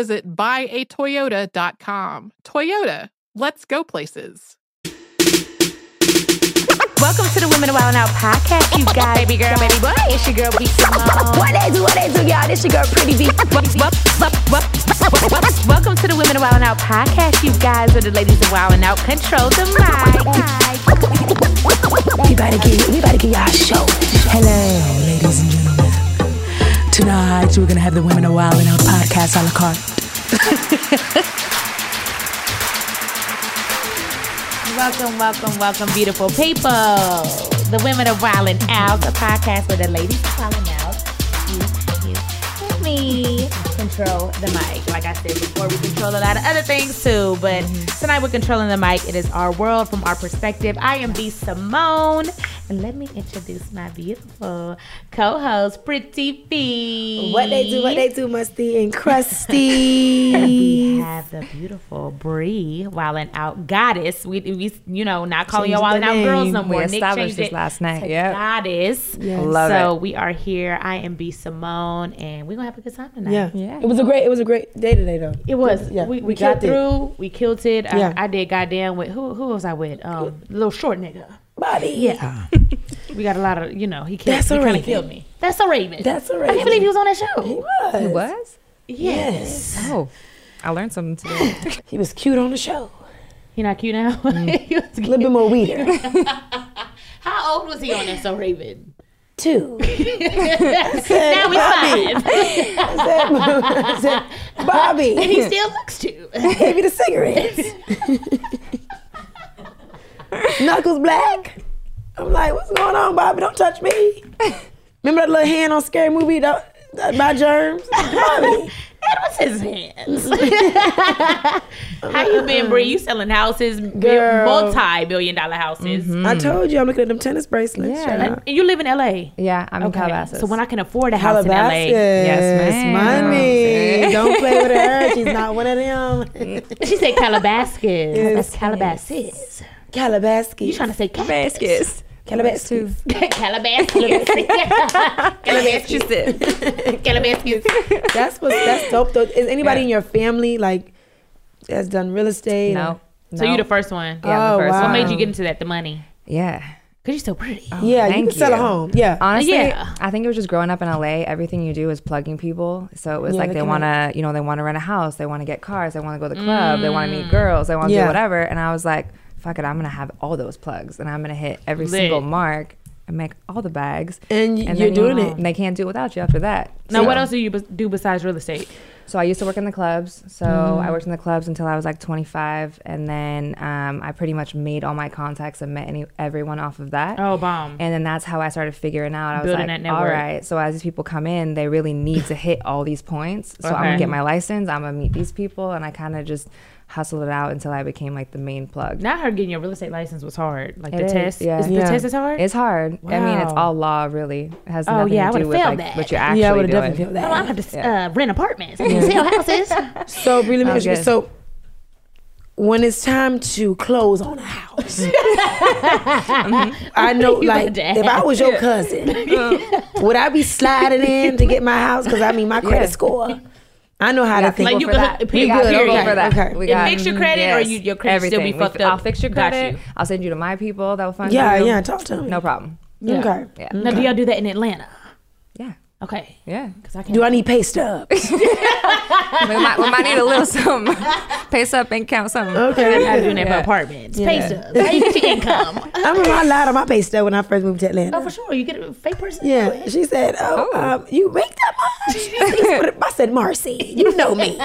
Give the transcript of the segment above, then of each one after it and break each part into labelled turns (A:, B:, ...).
A: visit buyatoyota.com. Toyota, let's go places.
B: Welcome to the Women Wild Out podcast, you guys.
C: baby girl, baby boy.
B: It's your girl, B. Simone.
C: What they do, what they do, y'all. This your girl, Pretty V.
B: Welcome to the Women Wild Out podcast, you guys, where the ladies are wilding out. Control the mic.
C: We about to get, we about to get y'all a show.
D: Hello, ladies and gentlemen. Tonight, we're going to have the Women Are Wilding Out podcast a la carte.
B: Welcome, welcome, welcome, beautiful people. The Women of Wildin' Out, the podcast where the ladies are wildin' out. You, you, and me. Control the mic. Like I said before, we control a lot of other things too, but tonight we're controlling the mic. It is our world from our perspective. I am B. Simone, and let me introduce my beautiful co-host, Pretty B.
C: What they do, what they do, Musty and Crusty.
B: we have the beautiful Bree Wildin' Out goddess. We, we you know, not calling y'all Wildin' Out girls no more.
E: We Nick established this last night. Yeah,
B: goddess. Yes. Love so it. we are here. I am B. Simone, and we're gonna have a good time tonight.
E: Yeah, yeah. It was a great. It was a great day today, though.
B: It was. Yeah, we, we, we got through. We killed it. Yeah. I, I did goddamn with who? Who was I with? Um, little short nigga.
C: Body. Ah.
B: Yeah. we got a lot of you know. He killed. That's he kind of killed me. That's a raven.
C: That's a raven. I
B: can't believe he was on that show.
C: He was.
E: He was.
B: Yes.
E: yes. Oh, I learned something today.
C: he was cute on the show.
B: He not cute now. Mm.
C: a little bit more weeder.
B: How old was he on that so Raven?
C: Two.
B: said, now he's five.
C: I said, I said, Bobby.
B: And he still looks two.
C: Gave me the cigarettes. Knuckles black. I'm like, what's going on, Bobby? Don't touch me. Remember that little hand on Scary Movie though, by Germs? Bobby.
B: It was his hands. How you been, Bree? You selling houses, Girl. multi-billion dollar houses.
E: Mm.
C: Mm-hmm. I told you I'm looking at them tennis bracelets.
B: Yeah. And you live in LA.
E: Yeah, I'm okay. in Calabasas.
B: So when I can afford a house in LA.
E: Yes,
C: ma'am. money. Don't play with her. She's not one of them.
B: she said Calabasas. Yes. That's Calabasas.
C: Calabasas.
B: You trying to say
E: Calabasas? Calabasas.
C: Calabasas too.
B: Calabasas. Calabasas. Calabasas.
C: That's what. That's dope though. Is anybody yeah. in your family like has done real estate?
E: No. Or?
B: no. So you the first one.
E: Yeah, oh, first wow.
B: What made you get into that? The money.
E: Yeah.
B: Cause you're so pretty.
C: Oh, yeah, you can you. sell a home. Yeah,
E: honestly,
B: Uh,
E: yeah. I think it was just growing up in LA. Everything you do is plugging people. So it was yeah, like they want to, you know, they want to rent a house, they want to get cars, they want to go to the club, mm. they want to meet girls, they want to yeah. do whatever. And I was like, fuck it, I'm gonna have all those plugs and I'm gonna hit every Lit. single mark and make all the bags.
C: And, and you're doing you, it.
E: And they can't do it without you after that.
B: Now, so. what else do you do besides real estate?
E: So I used to work in the clubs. So mm-hmm.
B: Mm.
E: I worked in the clubs until I was like 25, and then um, I pretty much made all my contacts and met any, everyone off of that.
B: Oh, bomb!
E: And then that's how I started figuring out. I
B: Building
E: was like,
B: that network.
E: all right. So as these people come in, they really need to hit all these points. So okay. I'm gonna get my license. I'm gonna meet these people, and I kind of just hustled it out until I became like the main plug.
B: Not her getting your real estate license was hard. Like it the is, test, yeah. yeah. the test is hard.
E: It's hard. Wow. I mean, it's all law really. It has oh, nothing yeah, to do with like, that. what you're actually yeah, I doing. Definitely
B: failed that. Oh, I'm gonna just, yeah. uh, rent apartments, yeah. sell houses.
C: So really, oh, okay. so when it's time to close on a house, mm-hmm. I know like if I was your Um, cousin, would I be sliding in to get my house? Because I mean, my credit score I know how
E: Yeah,
C: to think.
E: people
B: you
E: for
B: could-
E: that.
B: we
E: We
B: got
E: got people
B: period.
E: for that.
C: Okay.
E: We
B: It
E: got
B: fix your credit or you- your credit still be
E: everything. We
B: fucked
E: fi-
B: up.
E: I'll fix your
B: Got
E: credit.
B: you.
E: I'll send you to my people that will fund
C: yeah,
E: you.
C: yeah. Talk to me.
E: No problem.
C: Okay.
E: Yeah.
B: Now, do y'all do that in Atlanta?
E: Yeah.
B: Okay.
E: Yeah.
C: Do I need pay stubs?
E: we, might, we might need a little something. Pay up and count something.
B: I
C: okay.
B: do that for
E: Yeah.
B: apartments. Pay stubs. Fake income.
C: I remember I lied on my pay stub when I first moved to Atlanta.
B: Oh, for sure. You get a fake person.
C: Yeah, she said, "Oh,
E: Oh.
C: Um, you make that much?" Please put it- I said, "Marcy, you know me.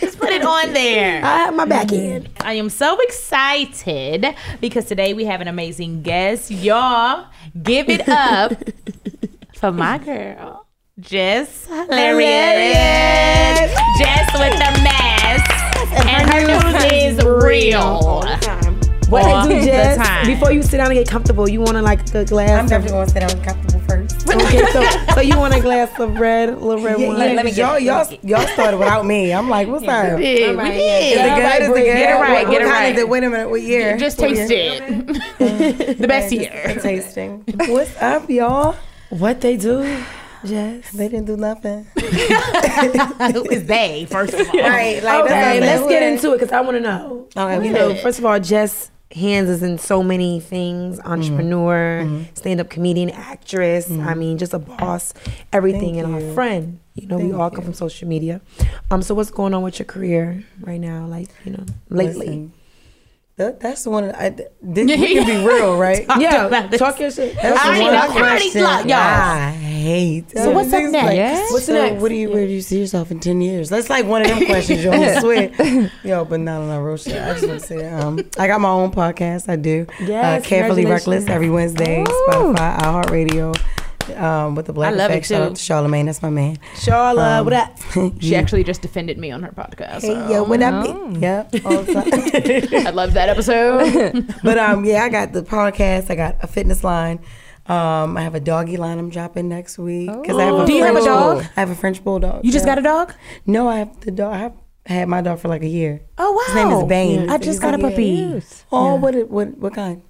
B: Just put it on there.
C: I have my back end."
B: I am so excited because today we have an amazing guest. Y'all, give it up for my girl, Jess Hilarious. Jess with the mask. And her news is real.
C: What
B: All
C: they do,
B: the
C: Jess?
B: time.
C: Before you sit down and get comfortable, you want to like a glass.
F: I'm definitely gonna say that was comfortable first.
C: of, okay, so so you want a glass of red, a little red wine.
F: let me y'all, y'all, y'all started without me. I'm like, what's up? Is it
B: Yeah, we did.
F: good? Is it good?
B: Get it right,
F: What,
B: get
F: what
B: it
F: kind
B: right.
F: is it? Wait a minute. What year?
B: Just
F: What
B: taste
F: year?
B: it. the best year.
F: Tasting. What's up, y'all?
C: What they do, Jess?
F: They didn't do nothing.
B: Who is they, first of all?
F: right. Like,
C: Okay, let's get into it because I want to know. you know, first of all, Jess Hands is in so many things:
F: Mm-hmm.
C: entrepreneur, stand-up comedian, actress.
F: Mm-hmm.
C: I mean, just a boss, everything, and our friend. You know, we all come from social media. Um, so what's going on with your career right now? Like, you know, lately.
F: Listen, that, that's the one. that I, th- this, we can be real, right?
C: Ah, Yeah, talk your shit.
F: That's
B: I already
F: the one
B: know. I already
F: question
B: look, y'all.
F: I hate.
B: So what's up
F: It's
B: next?
F: Like,
E: Yeah.
F: What's so next? What do you where do you see yourself in ten years? That's like one of them questions, yo. I swear, yo. But not on a real shit. I just want to say, um, I got my own podcast. I do.
C: Yes,
F: uh, carefully
C: congratulations.
F: reckless every Wednesday. Spotify, iHeartRadio, um, with the Black
B: I love it
F: Effect. Shout
B: too.
F: out to Charlemagne. That's my man. Um,
C: Charla, what up?
B: She actually just defended me on her podcast.
F: Hey,
B: so
F: yo, what up?
C: Oh.
F: Yep. all the time.
B: I love that episode.
F: but um, yeah, I got the podcast. I got a fitness line. Um, I have a doggy line I'm dropping next week because I have a
B: Do you have a
F: French
B: dog?
F: bull- I have a French bulldog.
B: You just got a dog?
F: No, I have the dog. I have had my dog for like a year.
B: Oh wow!
F: His name is Bane.
B: I just got a puppy.
F: Oh, what what what what kind?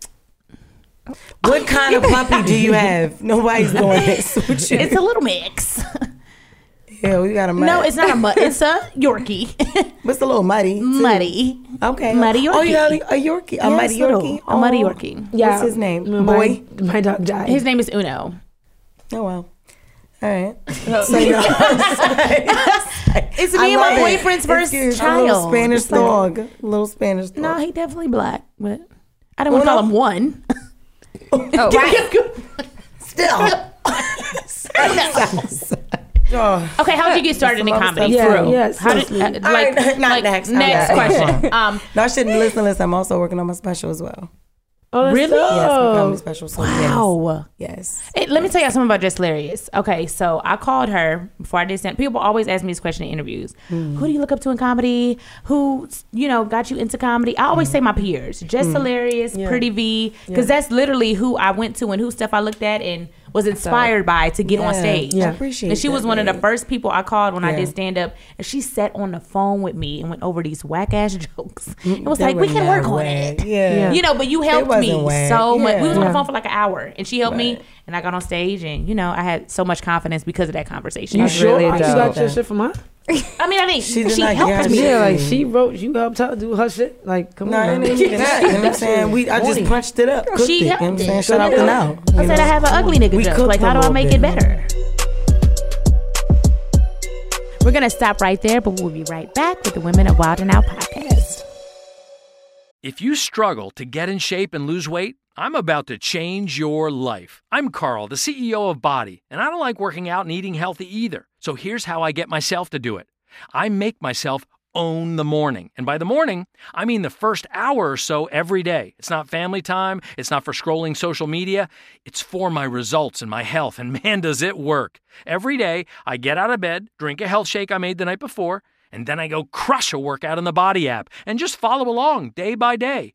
F: What kind of puppy do you have? Nobody's doing this. With you.
B: It's a little mix.
F: yeah, we got a muddy.
B: No, it's not a mud. It's a Yorkie.
F: what's a little muddy?
B: muddy.
F: Okay,
B: Muddy
F: Oh, you got
B: Yorkie.
F: a Yorkie, a
B: Yes,
F: muddy
B: little.
F: Yorkie,
B: A muddy
F: Oh.
B: Yorkie.
F: What's his name?
C: My-
F: Boy.
C: My, dog died.
B: His name is Uno.
F: Oh wow. All
C: Oh.
F: right.
B: Oh.
F: So, no,
B: It's me and my boyfriend's first child.
F: A little Spanish
B: It's like-
F: dog. Little Spanish dog.
B: No, he definitely black, but I don't want to
F: Uno.
B: call him one.
E: Oh, right.
F: Still. Oh,
B: Okay, how did you get started in
F: Some other
B: comedy?
C: stuff. Yeah,
B: True.
C: yes,
B: How did
C: yes,
B: uh, like
F: All right, not
B: like,
F: next.
B: Next
F: Okay.
B: question. Um,
F: no, I shouldn't listen. Listen, I'm also working on my special as well.
C: oh, that's
B: really?
C: dope.
F: Yes, my comedy special. So wow.
B: oh.
F: Yes. yes.
B: Hey, let me tell y'all something about Jess Larius. Okay, so I called her before I did stand. People always ask me this question in interviews: Who do you look up to in comedy? Who you know got you into comedy? I always say my
F: Mm-hmm.
B: peers: Jess
F: Mm.
B: Hilarious, Pretty V, because that's literally who I went to and who stuff I looked at and was inspired by to get on
F: Yeah,
B: stage.
F: yeah. I appreciate
B: And she was
F: that,
B: one of the
F: babe.
B: first people I called when I
F: Yeah.
B: did stand up, and she sat on the phone with me and went over these whack ass jokes. It was
F: Mm, They
B: like
F: were
B: we can
F: not
B: work on
F: whack.
B: it.
F: Yeah. Yeah.
B: you know. But you helped me
F: wasn't whack.
B: so much. We
F: Yeah.
B: was on the phone for like an hour, and she helped me, and I got on stage, and you know, I had so much confidence because of that conversation.
C: You
E: That's
C: sure
E: really
C: you got
E: dope.
C: your shit from her?
B: I mean, I think she,
F: She did not
B: helped
F: get
B: me.
C: Yeah,
F: Yeah.
C: like she wrote, you helped her do her shit. Like, come
F: No, I
C: on.
F: didn't even that. You know what I'm saying? We, I just punched it up. Cooked
B: She
F: it. You know
B: helped
F: what I'm
B: it.
F: saying? Shout out to now.
B: I said I have an ugly nigga
F: We
B: joke.
F: cooked
B: Like,
F: a
B: how do I
F: little
B: make
F: bit.
B: it better? We're gonna stop right there, but we'll be right back with the Women of Wild and Out podcast.
G: If you struggle to get in shape and lose weight, I'm about to change your life. I'm Carl, the CEO of Body, and I don't like working out and eating healthy either. So here's how I get myself to do it I make myself own the morning. And by the morning, I mean the first hour or so every day. It's not family time, it's not for scrolling social media, it's for my results and my health. And man, does it work. Every day, I get out of bed, drink a health shake I made the night before. And then I go crush a workout in the Body app and just follow along day by day.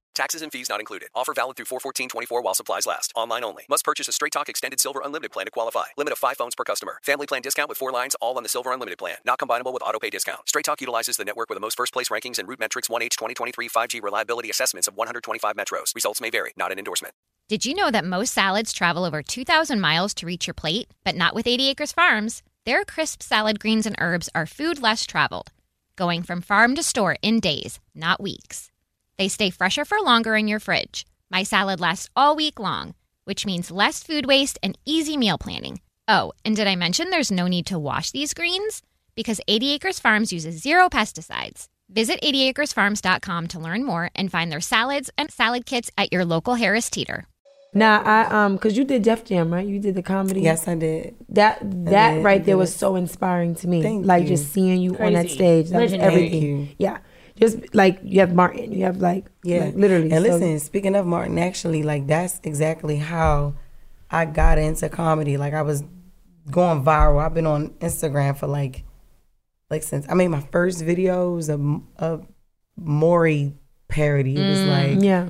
H: Taxes and fees not included. Offer valid through 41424 while supplies last. Online only. Must purchase a Straight Talk Extended Silver Unlimited plan to qualify. Limit of 5 phones per customer. Family plan discount with 4 lines all on the Silver Unlimited plan. Not combinable with auto pay discount. Straight Talk utilizes the network with the most first place rankings and root metrics 1H 2023 5G reliability assessments of 125 metros. Results may vary. Not an endorsement.
I: Did you know that most salads travel over 2,000 miles to reach your plate? But not with 80 Acres Farms. Their crisp salad greens and herbs are food less traveled. Going from farm to store in days, not weeks. They stay fresher for longer in your fridge. My salad lasts all week long, which means less food waste and easy meal planning. Oh, and did I mention there's no need to wash these greens? Because 80 Acres Farms uses zero pesticides. Visit 80acresfarms.com to learn more and find their salads and salad kits at your local Harris Teeter.
C: Now I um, cause you did Def Jam, right? You did the comedy.
F: Yes, I did.
C: That that
F: did,
C: right
F: I
C: there
F: did.
C: was so inspiring to me.
F: Thank
C: like
F: you.
C: just seeing you on that
B: Crazy.
C: stage, that was
B: Legendary.
C: everything. Yeah, just like you have Martin, you have like
F: Yeah,
C: like, literally.
F: And
C: so-
F: listen, speaking of Martin, actually, like that's exactly how I got into comedy. Like I was going viral. I've been on Instagram for like, like since I made my first videos of of Maury parody. It was like
C: yeah,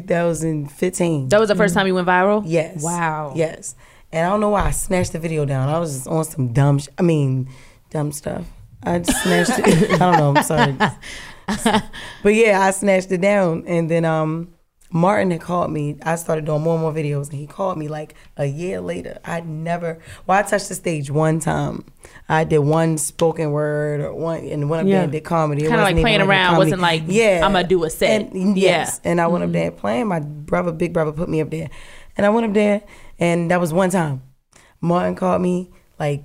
F: 2015.
B: Mm, That was the first time you went viral.
F: Mm-hmm. Yes.
B: Wow.
F: Yes. And I don't know why I snatched the video down. I was just on some dumb. Sh- I mean, dumb stuff. I just snatched it. I don't know. I'm sorry. but yeah, I snatched it down, and then um, Martin had called me. I started doing more and more videos, and he called me like a year later. I never. Well, I touched the stage one time. I did one spoken word or one, and went up there and did comedy. It
B: Kinda
F: wasn't
B: like playing
F: even a
B: around,
F: comedy.
B: wasn't like,
F: yeah,
B: "I'ma do a set."
F: And,
B: Yeah. Mm-hmm.
F: yes, and I went up there playing. My brother, big brother, put me up there, and I went up there, and that was one time. Martin called me like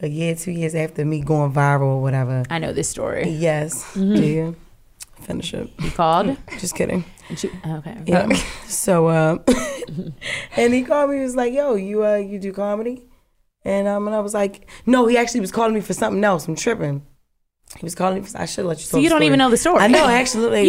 F: a year, two years after me going viral or whatever.
B: I know this story. Mm-hmm.
F: Yes, do you finish it?
B: You called.
F: Just kidding.
B: And she- okay.
F: Yeah. so, um, and he called me. He was like, "Yo, you uh, you do comedy?" And um, and I was like, "No." He actually was calling me for something else. I'm tripping. He was calling me. For, I should let you.
B: So you don't even know the story.
F: I know. Actually,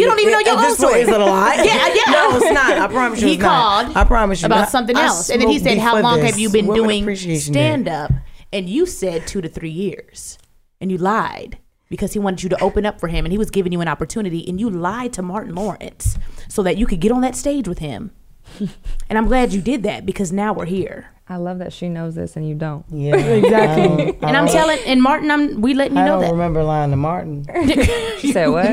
B: You don't even know your
F: at
B: own
F: this point,
B: story.
F: Is it a lie?
B: Yeah, yeah.
F: No, it's not. I promise you.
B: He
F: it's not.
B: called
F: I promise you
B: about
F: I-
B: something
F: I
B: else, and then he
F: smoked
B: said, "How
F: before
B: long
F: this.
B: have you been
F: Women
B: doing
F: appreciation day."
B: stand up?" And you said two to three years, and you lied because he wanted you to open up for him, and he was giving you an opportunity, and you lied to Martin Lawrence so that you could get on that stage with him. and I'm glad you did that because now we're here.
E: I love that she knows this and you don't.
F: Yeah, exactly.
B: And I'm telling, and Martin, I'm we letting you
F: I
B: know
F: don't
B: that.
F: remember lying to Martin.
E: She said what?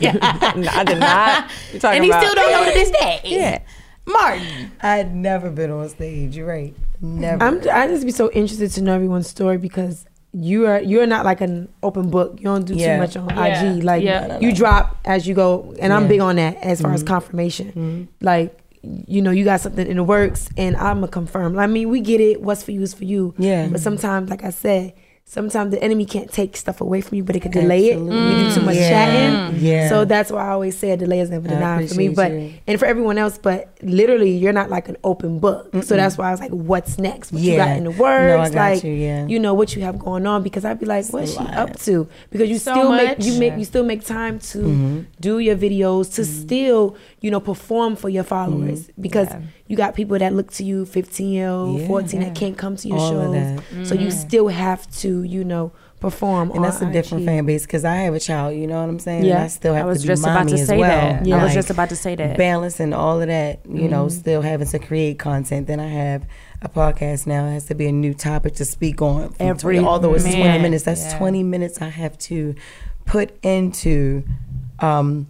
E: No, I did not. You're talking
B: And he
E: about-
B: still don't know to this day.
F: Yeah.
B: Martin.
F: I had never been on stage. You're right. Never.
C: I'm I just be so interested to know everyone's story because you are you're not like an open book. You don't do
F: Yeah.
C: too much on
B: Yeah.
C: IG. Like
B: Yeah. No, no,
C: you drop as you go, and I'm big on that as far
F: Mm-hmm.
C: as confirmation. Like you know, you got something in the works, and I'm a confirm. I mean, we get it. What's for you is for you.
F: Yeah.
C: But sometimes, like I said. Sometimes the enemy can't take stuff away from you, but it can delay it. You do too much
F: Yeah.
C: chatting,
F: Yeah.
C: so that's why I always say a delay is never
F: I
C: denied for me.
F: appreciate
C: But
F: you.
C: and for everyone else, but literally, you're not like an open book. So that's why I was like, "What's next? What you
F: Yeah.
C: got in the
F: No, I
C: works?
F: got
C: like,
F: you, yeah.
C: know what you have going on?" Because I'd be like, "What's she up to?" Because you
B: So
C: still
B: much.
C: make you make you still make time to
F: Mm-hmm.
C: do your videos to still you know perform for your followers
F: Mm-hmm.
C: because you got people that look to you, 15 year old,
F: Yeah.
C: 14 that can't come to your
F: All of
C: shows.
F: that. Mm-hmm.
C: So you still have to you know perform.
F: and that's
C: on
F: a different
C: IG.
F: fan base because I have a child. You know what I'm saying?
C: Yeah.
F: And I still have
B: I was
F: to be
B: just
F: mommy
B: about to
F: as
B: say
F: well.
B: that. I was
F: Like,
B: just about to say that.
F: balance and all of that. You know,
C: Mm-hmm.
F: still having to create content. Then I have a podcast now. It has to be a new topic to speak on. from
B: Every-
F: 20 although it's 20
B: man.
F: minutes, that's 20 minutes I have to put into. um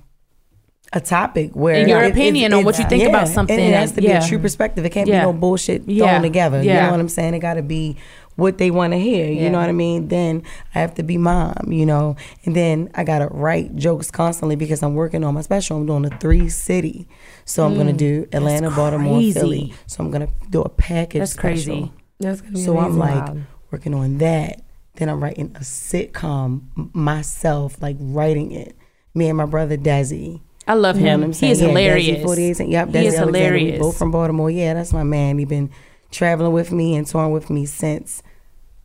F: a topic where
B: And your
F: it- it's-
B: opinion on what
F: it's-
B: you think about
F: and
B: something.
F: It has to be
B: Yeah.
F: a true perspective. It can't
B: Yeah.
F: be no bullshit
B: Yeah.
F: thrown together. You
B: Yeah.
F: know what I'm saying? It got to be what they want to hear. You
E: Yeah.
F: know what I mean? Then I have to be mom, you know, and then I gotta write jokes constantly because I'm working on my special. I'm doing a three city, so I'm gonna do Atlanta, Baltimore, Philly.
B: Mm. crazy.
F: So I'm gonna do a package.
B: That's crazy.
F: special.
C: That's gonna be
F: So
C: amazing.
F: I'm like
E: Wow.
F: working on that. Then I'm writing a sitcom m- myself, like writing it. Me and my brother Dazzy.
B: I love
F: You know
B: him.
F: what I'm
B: he
F: saying?
B: is
F: Yeah, Dazzy
B: hilarious.
F: 48. Yep, Dazzy
B: he is
F: Alexander.
B: hilarious.
F: We both from Baltimore. Yeah, that's my man. He been traveling with me and touring with me since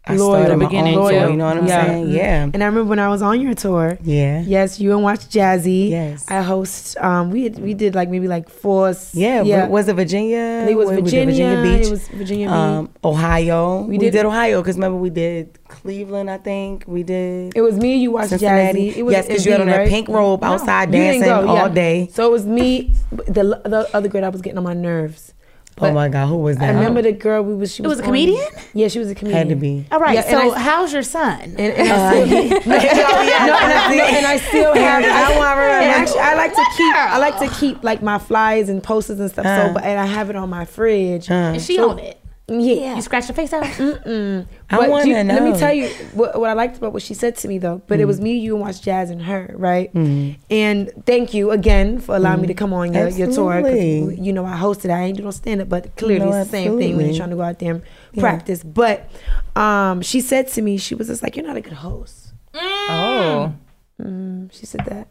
F: I
C: Loyal. Mm-hmm.
F: started my
B: Beginning,
F: own
B: yeah.
F: tour. You know what I'm
B: Yeah.
F: saying? Yeah.
C: And I remember when I was on your tour.
F: Yeah.
C: Yes, you and Watch Jazzy.
F: Yes.
C: I host. Um, we had, we did like maybe like four. s-
F: Yeah, yeah. was it Virginia?
C: I think it was
F: Where we did
C: Virginia.
F: Virginia Beach.
C: It was Virginia Beach.
F: Um, Ohio. We,
C: did-
F: did, Ohio because remember we did Cleveland. I think we did.
C: It was me. You watched
F: Cincinnati.
C: Jazzy. It was
F: Yes, 'cause you had on
C: MB,
F: that
C: right?
F: pink robe outside
C: You didn't
F: dancing all
C: yeah.
F: day.
C: So it was me. The the other girl that was getting on my nerves.
F: oh my God, who was
C: I
F: that?
C: remember the girl we was. She
B: It was a
C: on-
B: comedian?
C: Yeah, she was a comedian.
F: Had to be.
B: All right.
C: Yeah, and
B: so
C: I-
B: how's your son?
C: And, and, I still, no, and, I, Uh, no, and I still have. I want And actually, I like to keep. I like to keep like my flyers and posters and stuff.
F: Uh.
C: So, but and I have it on my fridge.
B: Is she on it?
C: Yeah.
B: You scratch your face out.
F: I
C: But
F: wanna
C: you- Let me
F: know. Mm.
C: tell you what, what I liked about what she said to me though. But it was me, you, and Watch Jazz and her, right? Mm-hmm. And thank you again for allowing me to come on your, your tour. 'cause,
F: Mm-hmm. Absolutely.
C: you know, I hosted. I ain't do no stand up, but clearly
F: No,
C: it's the same thing when you're
F: absolutely.
C: trying to go out there and practice. But um, she said to me, she was just like, "You're not a good host." Mm-hmm.
E: Oh,
C: She said that.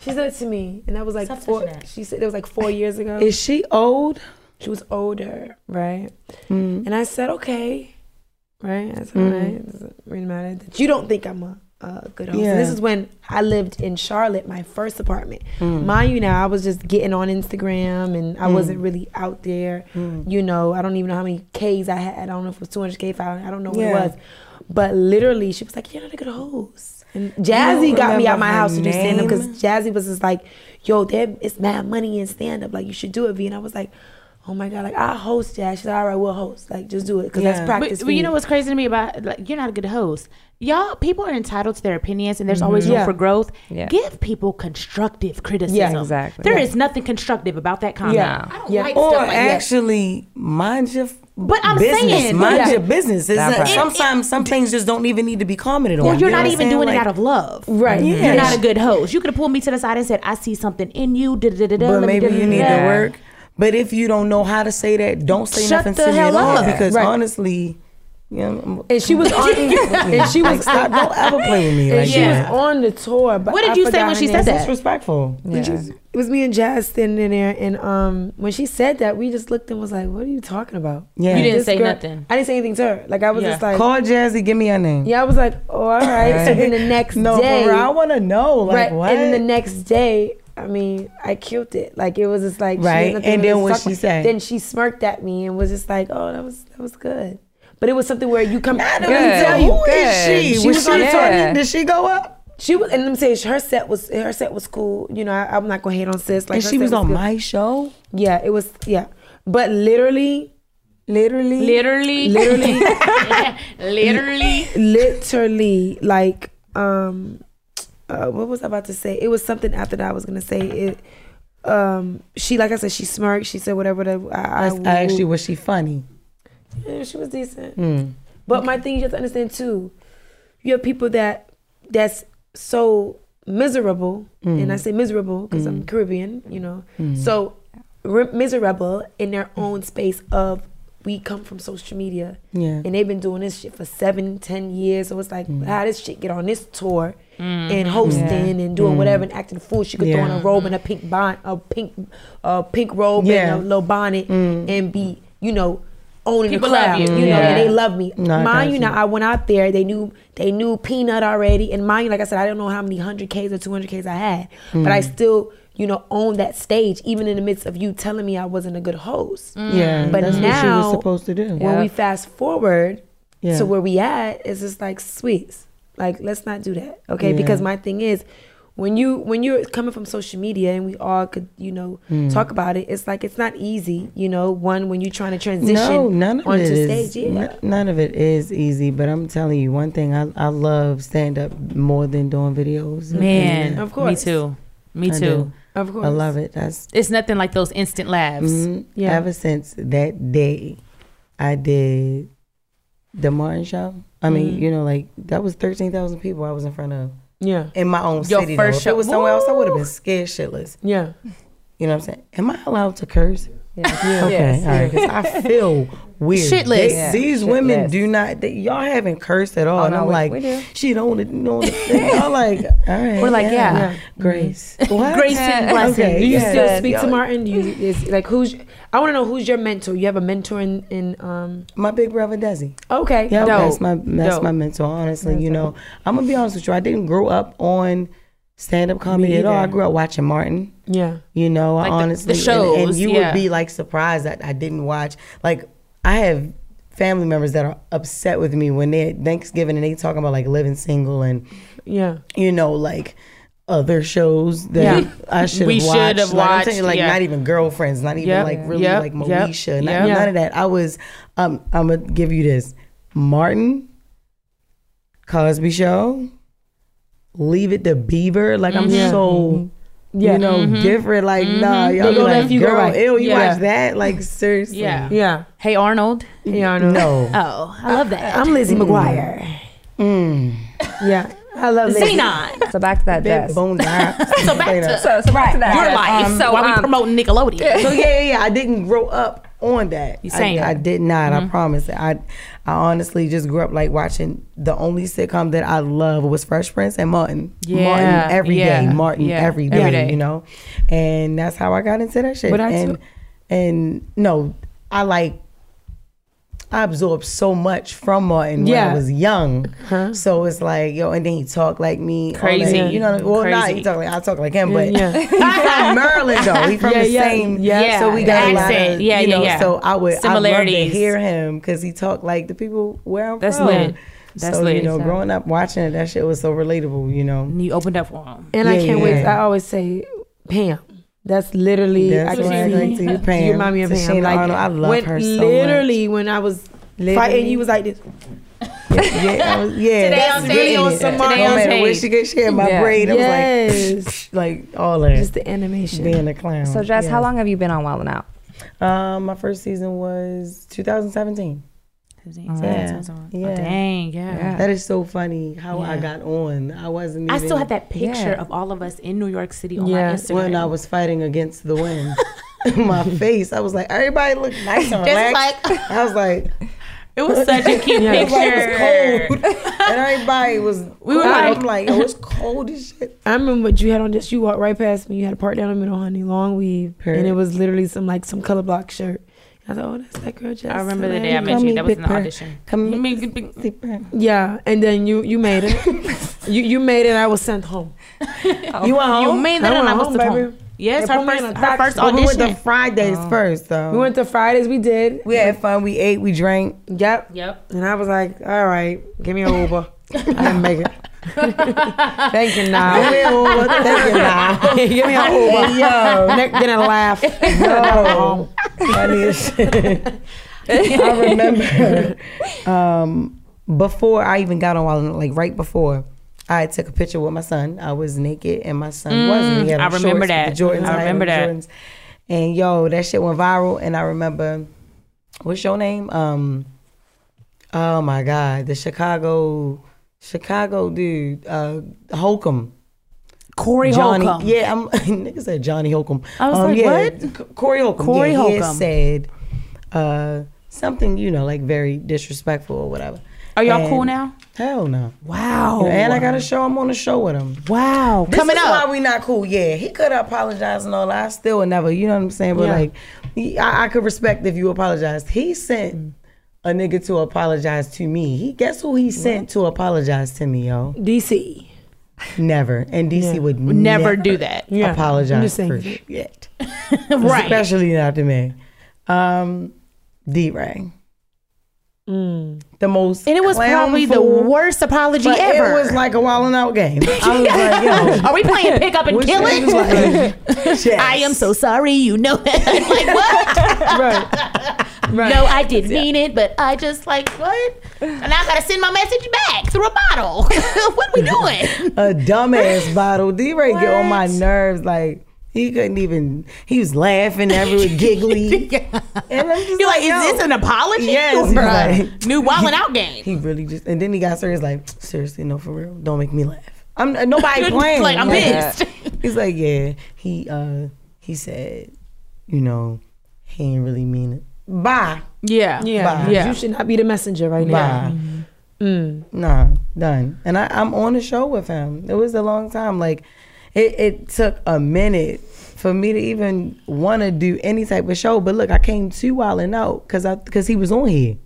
C: She said it to me, and that was like four. She said it was like four years ago.
F: Is she old? Mm.
C: she was older, right? And I said, okay, right? I said, right, it doesn't really matter that you don't think I'm a, a good host. And this
F: Yeah.
C: is when I lived in Charlotte, my first apartment.
F: Mm.
C: Mind you, now I was just getting on Instagram and I wasn't really out there.
F: Mm.
C: You know, I don't even know how many Ks I had. I don't know if it was 200K, 500, I don't know what
F: Yeah.
C: it was. But literally, she was like, you're not a good host. And Jazzy
F: don't
C: got me
F: remember
C: out my
F: her
C: house to do stand up
F: name?
C: because Jazzy was just like, yo, there it's mad money in stand up. Like, you should do it, V. And I was like, oh my God, like, I'll host Jazz. She's like, all right, we'll host. Like, just do it because that's
F: Yeah.
B: But,
C: practice.
B: but
C: for
B: you know what's crazy to me about like you're not a good host. Y'all people are entitled to their opinions, and there's always room
C: Yeah.
B: for growth.
E: Yeah.
B: Give people constructive criticism.
E: exactly.
B: There is
E: Yeah.
B: nothing constructive about that comment.
C: Yeah.
B: I don't
C: Yeah.
B: like
F: Or
B: stuff like that.
F: actually, mind your. f-
B: But I'm
F: business.
B: saying-
F: mind
B: Yeah.
F: your business. It's
E: That
F: not-
E: part.
F: sometimes some things just don't even need to be commented on.
B: Or you're
F: You know
B: not
F: what I'm
B: even
F: saying?
B: doing it
F: Like,
B: out of love.
C: Right.
F: Yeah.
B: You're not a good host. You could have pulled me to the side and said, "I see something in you." da, da, da, da,
F: But
B: let me
F: maybe
B: da, da,
F: you
B: da,
F: need
B: da."
F: to work. But if you don't know how to say that, don't say
B: Shut
F: nothing
B: the
F: to me at
B: hell
F: all.
B: up.
F: Because
C: Right.
F: honestly, you know, I'm-
C: and she was on, and she
F: like,
C: was,
F: stop, don't ever play with me
C: and
F: like
C: she
F: that.
C: was on the tour. But
B: What did
C: I
B: you say
C: forgot
B: when
C: her
B: she
C: name.
B: said that?
F: disrespectful.
E: yeah.
C: It was me and Jazz standing in there, and um, when she said that, we just looked and was like, "What are you talking about?"
F: Yeah.
B: You didn't
C: This
B: say
C: girl-
B: nothing.
C: I didn't say anything to her. Like I was
B: Yeah.
C: just like,
F: Call Jazzy, give me her name.
C: yeah, I was like, "Oh, all right." so then the next
F: no,
C: day,
F: for real, I want to know. Like,
C: right,
F: what?
C: and then the next day, I mean, I killed it. Like it was just like, she had
F: Right,
C: nothing
F: and
C: really
F: then what
C: stuck
F: she
C: with-
F: said?
C: Then she smirked at me and was just like, "Oh, that was that was good," but it was something where you come.
F: I don't
C: Let me
F: even tell you. Who is
E: Good.
F: she?
E: She
F: was,
E: was
F: she
E: on
F: on
E: Tony.
F: Did she go up?
C: She was, and let me say, her set was her set was cool. You know, I, I'm not gonna hate on sis. Like
F: and
C: her
F: she
C: set
F: was on
C: good.
F: my show.
C: Yeah, it was. Yeah, but literally,
F: Literally.
B: Literally,
C: literally,
B: literally.
C: literally, like, um, uh, what was I about to say? It was something after that I was gonna say. It, um, she, like I said, she smirked. She said whatever. The, I,
F: I,
C: I,
F: I asked you, was she funny?
C: Yeah, she was decent.
F: Hmm.
C: But my thing, you have to understand too. You have people that that's so miserable,
F: Hmm.
C: and I say miserable because I'm Caribbean, you know. So re- miserable in their own space of we come from social media,
F: Yeah. Hmm.
C: and they've been doing this shit for seven, ten years. So it's like, how this shit get on this tour? And hosting and doing whatever and acting a fool. She could throw on a
F: Hmm. Yeah.
C: robe and a pink bond, a pink, a pink robe
F: Yeah. Hmm.
C: and a little bonnet, and be you know owning
B: People
C: the
B: love
C: crowd.
B: you.
C: You, know,
B: Yeah.
C: and they love me.
F: No, I
C: Mind
F: got
C: you,
F: you.
C: now I went out there. They knew they knew Peanut already, and mind you, like I said, I don't know how many hundred Ks or two hundred Ks I had, but
F: Mm.
C: I still. You know, owned that stage, even in the midst of you telling me I wasn't a good host.
F: Mm. Yeah.
C: But
F: that's what she
C: now-
F: was supposed to do.
C: When we fast forward
F: Yeah.
C: to where we at, it's just like sweets. Like let's not do that, okay? Because my thing is, when you when you're coming from social media and we all could you know
F: Mm.
C: talk about it, it's like it's not easy, you know. One when you're trying to transition
F: No, none of
C: onto
F: it is.
C: stage, yeah.
F: n- none of it is easy. But I'm telling you, one thing I, I love stand up more than doing videos.
B: Man,
C: Of course.
B: Me too. Me
F: I
B: too.
F: do.
C: Of course,
F: I love it. That's Mm-hmm.
B: It's nothing like those Mm-hmm. instant laughs.
F: Mhm. Ever since that day, I did the Martin show. I mean, you know, like that was thirteen thousand people I was in front of.
C: Yeah.
F: In my own
C: Your first
F: city. though. If
C: show.
F: it was somewhere else, I would have been scared shitless.
C: Yeah.
F: You know what I'm saying? Am I allowed to curse?
C: Yeah.
F: Okay,
C: Yes.
F: all right. 'cause I feel weird.
B: Shitless.
F: They-
B: Yeah,
F: These women do not. They, y'all haven't cursed at all.
E: Oh,
F: and
E: no,
F: I'm
E: we-
F: like,
E: we do.
F: she don't want to know. Y'all like, all right.
E: We're like, yeah.
F: Grace. What?
C: Grace and blessing.
F: Okay,
C: Do you
F: yeah.
C: still
F: Yeah.
C: speak to
F: Y'all-
C: Martin? Do you is, like who's? I want to know who's your mentor. You have a mentor in in um.
F: My big brother Desi.
C: Okay,
F: Yeah,
C: dope.
F: that's my that's
C: Dope.
F: my mentor. Honestly, you know, I'm gonna be honest with you. I didn't grow up on stand up comedy at all. I
C: either.
F: grew up watching Martin.
C: Yeah,
F: You know, I
B: Like the- the
F: honestly, and- and,
B: shows,
F: you
B: yeah.
F: would be like surprised that I didn't watch. Like, I have family members that are upset with me when they Thanksgiving and they talking about like living single and
C: yeah.
F: you know like other shows that
C: Yeah.
F: I should
B: We
F: have
B: should
F: watched.
B: have
F: like, I'm telling
B: watched,
F: you, like
B: yeah.
F: not even girlfriends, not even
C: Yep,
F: like really
C: yep,
F: like
C: yep,
F: Moesha, not,
C: yep.
F: none of that. I was, um, I'm gonna give you this: Martin, Cosby Show, Leave It to Beaver. Like I'm
B: Mm-hmm.
C: Mhm.
F: so
C: Yeah.
F: you know, different. Like, nah, y'all be
C: gonna
F: like,
C: let you go
F: girl,
C: right.
F: ew, you
C: Yeah.
F: watch that? Like, seriously.
B: Yeah.
C: Yeah,
B: Hey Arnold.
C: yeah. I know.
F: No.
B: Oh, I love that.
C: I'm Lizzie McGuire.
F: Mm.
C: Yeah, I love Lizzie.
B: Xenon.
E: So back to that
F: Big
E: desk. So,
F: bone down. so back
E: so back to that.
B: Your life.
E: Um,
B: so
E: while we
B: we
E: promote-
B: promoting Nickelodeon.
F: So yeah, yeah, yeah, I didn't grow up on that.
B: You saying. Mm-hmm.
F: I, I did not. I promise. I I honestly just grew up like watching the only sitcom that I love was Fresh Prince and Martin.
B: Yeah,
F: Martin every day.
B: yeah,
F: Martin
B: yeah,
F: every, day,
B: every day.
F: You know, and that's how I got into that shit.
C: But I
F: and
C: too-
F: and no, I like. I absorbed so much from Martin when
C: Yeah.
F: I was young, so it's like yo, and then he talked like me, all
B: Crazy.
F: that, you know. Well, not he
B: Crazy.
F: talk like I talk like him, but
C: Yeah.
F: he's from Maryland though. He's from
C: Yeah,
F: the
C: yeah,
F: same,
C: yeah.
B: Yeah,
F: So we
B: the
F: got a lot
B: accent.
F: of,
B: Yeah,
F: you
B: yeah,
F: know,
B: yeah.
F: So I would I love
B: Similarities.
F: to hear him because he talked like the people where I'm
B: That's
F: from.
B: lit. That's
F: so you
B: lit.
F: know, growing up watching it, that shit was so relatable. You know,
B: And you opened up for him.
C: And I
F: Yeah,
C: can't
F: yeah.
C: wait. I always say Pam. That's literally
F: that's
C: I
F: what I
C: can't
F: like to you, Pam.
C: You remind me of
F: Tashina
C: Pam. Like
F: Arnold, I love
C: when,
F: her so
C: literally when I was fighting,
F: Literally.
C: you was like this.
F: much. yeah, I was, yeah.
B: Today
F: that's
B: on tape.
F: really it.
B: Today
F: no
B: on
F: matter where
B: tape.
F: she could share my
E: Yeah.
F: braid, I was like,
C: Yes.
F: like all that.
C: Just the animation.
F: being a clown.
E: so Jess,
F: yes.
E: how long have you been on Wild and Out?
F: Um, my first season was 2017. Yeah. Yeah.
B: Oh, Dang, yeah.
F: That is so funny how I
B: Yeah.
F: got on. I wasn't.
B: I
F: even-
B: still have that picture
E: Yeah.
B: of all of us in New York City on
C: Yeah.
B: my Instagram.
F: when I was fighting against the wind. my face, I was like, everybody looked nice and relaxed. I was like,
B: it was such a cute
F: everybody
B: picture.
F: was cold, and everybody was.
B: We were
F: cold.
B: like-
F: I'm like, oh, it's cold as shit.
C: I remember what you had on this. You walked right past me. You had a part down the middle, honey, long weave,
F: Period.
C: and it was literally some like some color block shirt. I thought, oh, that's that girl. Just
B: I remember the day I met you. That was in the audition.
F: Come
B: You
F: here,
B: mean-
C: Yeah, and then you you made it. you you made it. I was sent home.
F: You went home.
B: Oh. You mean that
C: I
B: and I
C: went
B: was
C: home,
B: the
C: baby.
B: home. Yes,
C: They
B: her
C: put me in
B: first,
C: a
B: her
C: taxi.
B: first
F: But we went
B: audition.
F: to Fridays
B: Oh.
F: first, though.
C: We went to Fridays. We did.
F: We had fun. We ate. We drank.
C: Yep.
B: yep.
C: And I was like, all right, give me an Uber. I didn't make it. Thank you, now.
F: We all- Thank you, now.
C: give me an Uber.
F: Hey, yo.
C: Nick didn't laugh.
F: Yo. Funny as shit. I remember um, before I even got on Wild 'N Out, like right before, I took a picture with my son. I was naked and my son wasn't. He had
B: Mm, I
F: on
B: remember
F: shorts with the
B: that.
F: Jordans.
B: I
F: had
B: remember
F: on the
B: that.
F: Jordans. And yo, that shit went viral. And I remember, what's your name? Um, oh my God, the Chicago, Chicago dude, uh, Holcomb.
B: Corey
F: Johnny,
B: Holcomb.
F: Yeah, I'm, nigga said Johnny Holcomb.
B: I
C: Um,
F: Um,
B: was like, what?
F: C- Corey Holcomb.
B: Corey
F: yeah, he had
B: Holcomb.
F: said uh, something, you know, like very disrespectful or whatever.
B: Are y'all
F: And-
B: cool now?
F: Hell no.
B: Wow.
F: And I got a show. I'm on a show with him.
B: wow.
F: This
B: Coming
F: is
B: up.
F: why we not cool. Yeah, he could apologize and all. that. I still would never. You know what I'm saying? But
C: Yeah.
F: like, he, I, I could respect if you apologized. He sent a nigga to apologize to me. He guess who he sent to apologize to me, yo?
C: DC.
F: Never. And DC would
B: Never do that.
C: Yeah. I'm
F: apologize
C: just saying.
F: for shit.
B: right.
F: Especially not to me. Um, D Ray. The most.
B: Mm. And it was probably the
F: clownful-
B: worst apology
F: but
B: ever.
F: It was like a wilding out game. I was like, yo.
B: Are we playing pick up and
F: Which
B: kill
F: I was
B: it?
F: like, yes.
B: I am so sorry. You know that. like what?
C: Right. right.
B: No, I didn't mean it, but I just like what? And now I gotta send my message back through a bottle. what we doing?
F: a dumbass bottle. D Ray get on my nerves. Like He couldn't even. He was laughing everywhere, giggly. And I'm just
B: You're like,
F: yo.
B: is this an apology?
F: Yes, he's
B: Or a
F: like-
B: new wilding out game.
F: He really just. And then he got serious, like, seriously, no, for real, don't make me laugh. I'm nobody playing.
B: Like, I'm
F: Yeah.
B: pissed.
F: He's like, yeah. He uh, he said, you know, he ain't really mean it. Bye.
A: Yeah.
C: Yeah.
F: Bye.
A: Yeah.
C: You should not be the messenger right now. Mm.
F: Bye. Nah, done. And I, I'm on the show with him. It was a long time. Like, it, it took a minute for me to even want to do any type of show. But look, I came to Wild and Out because I because he was on here.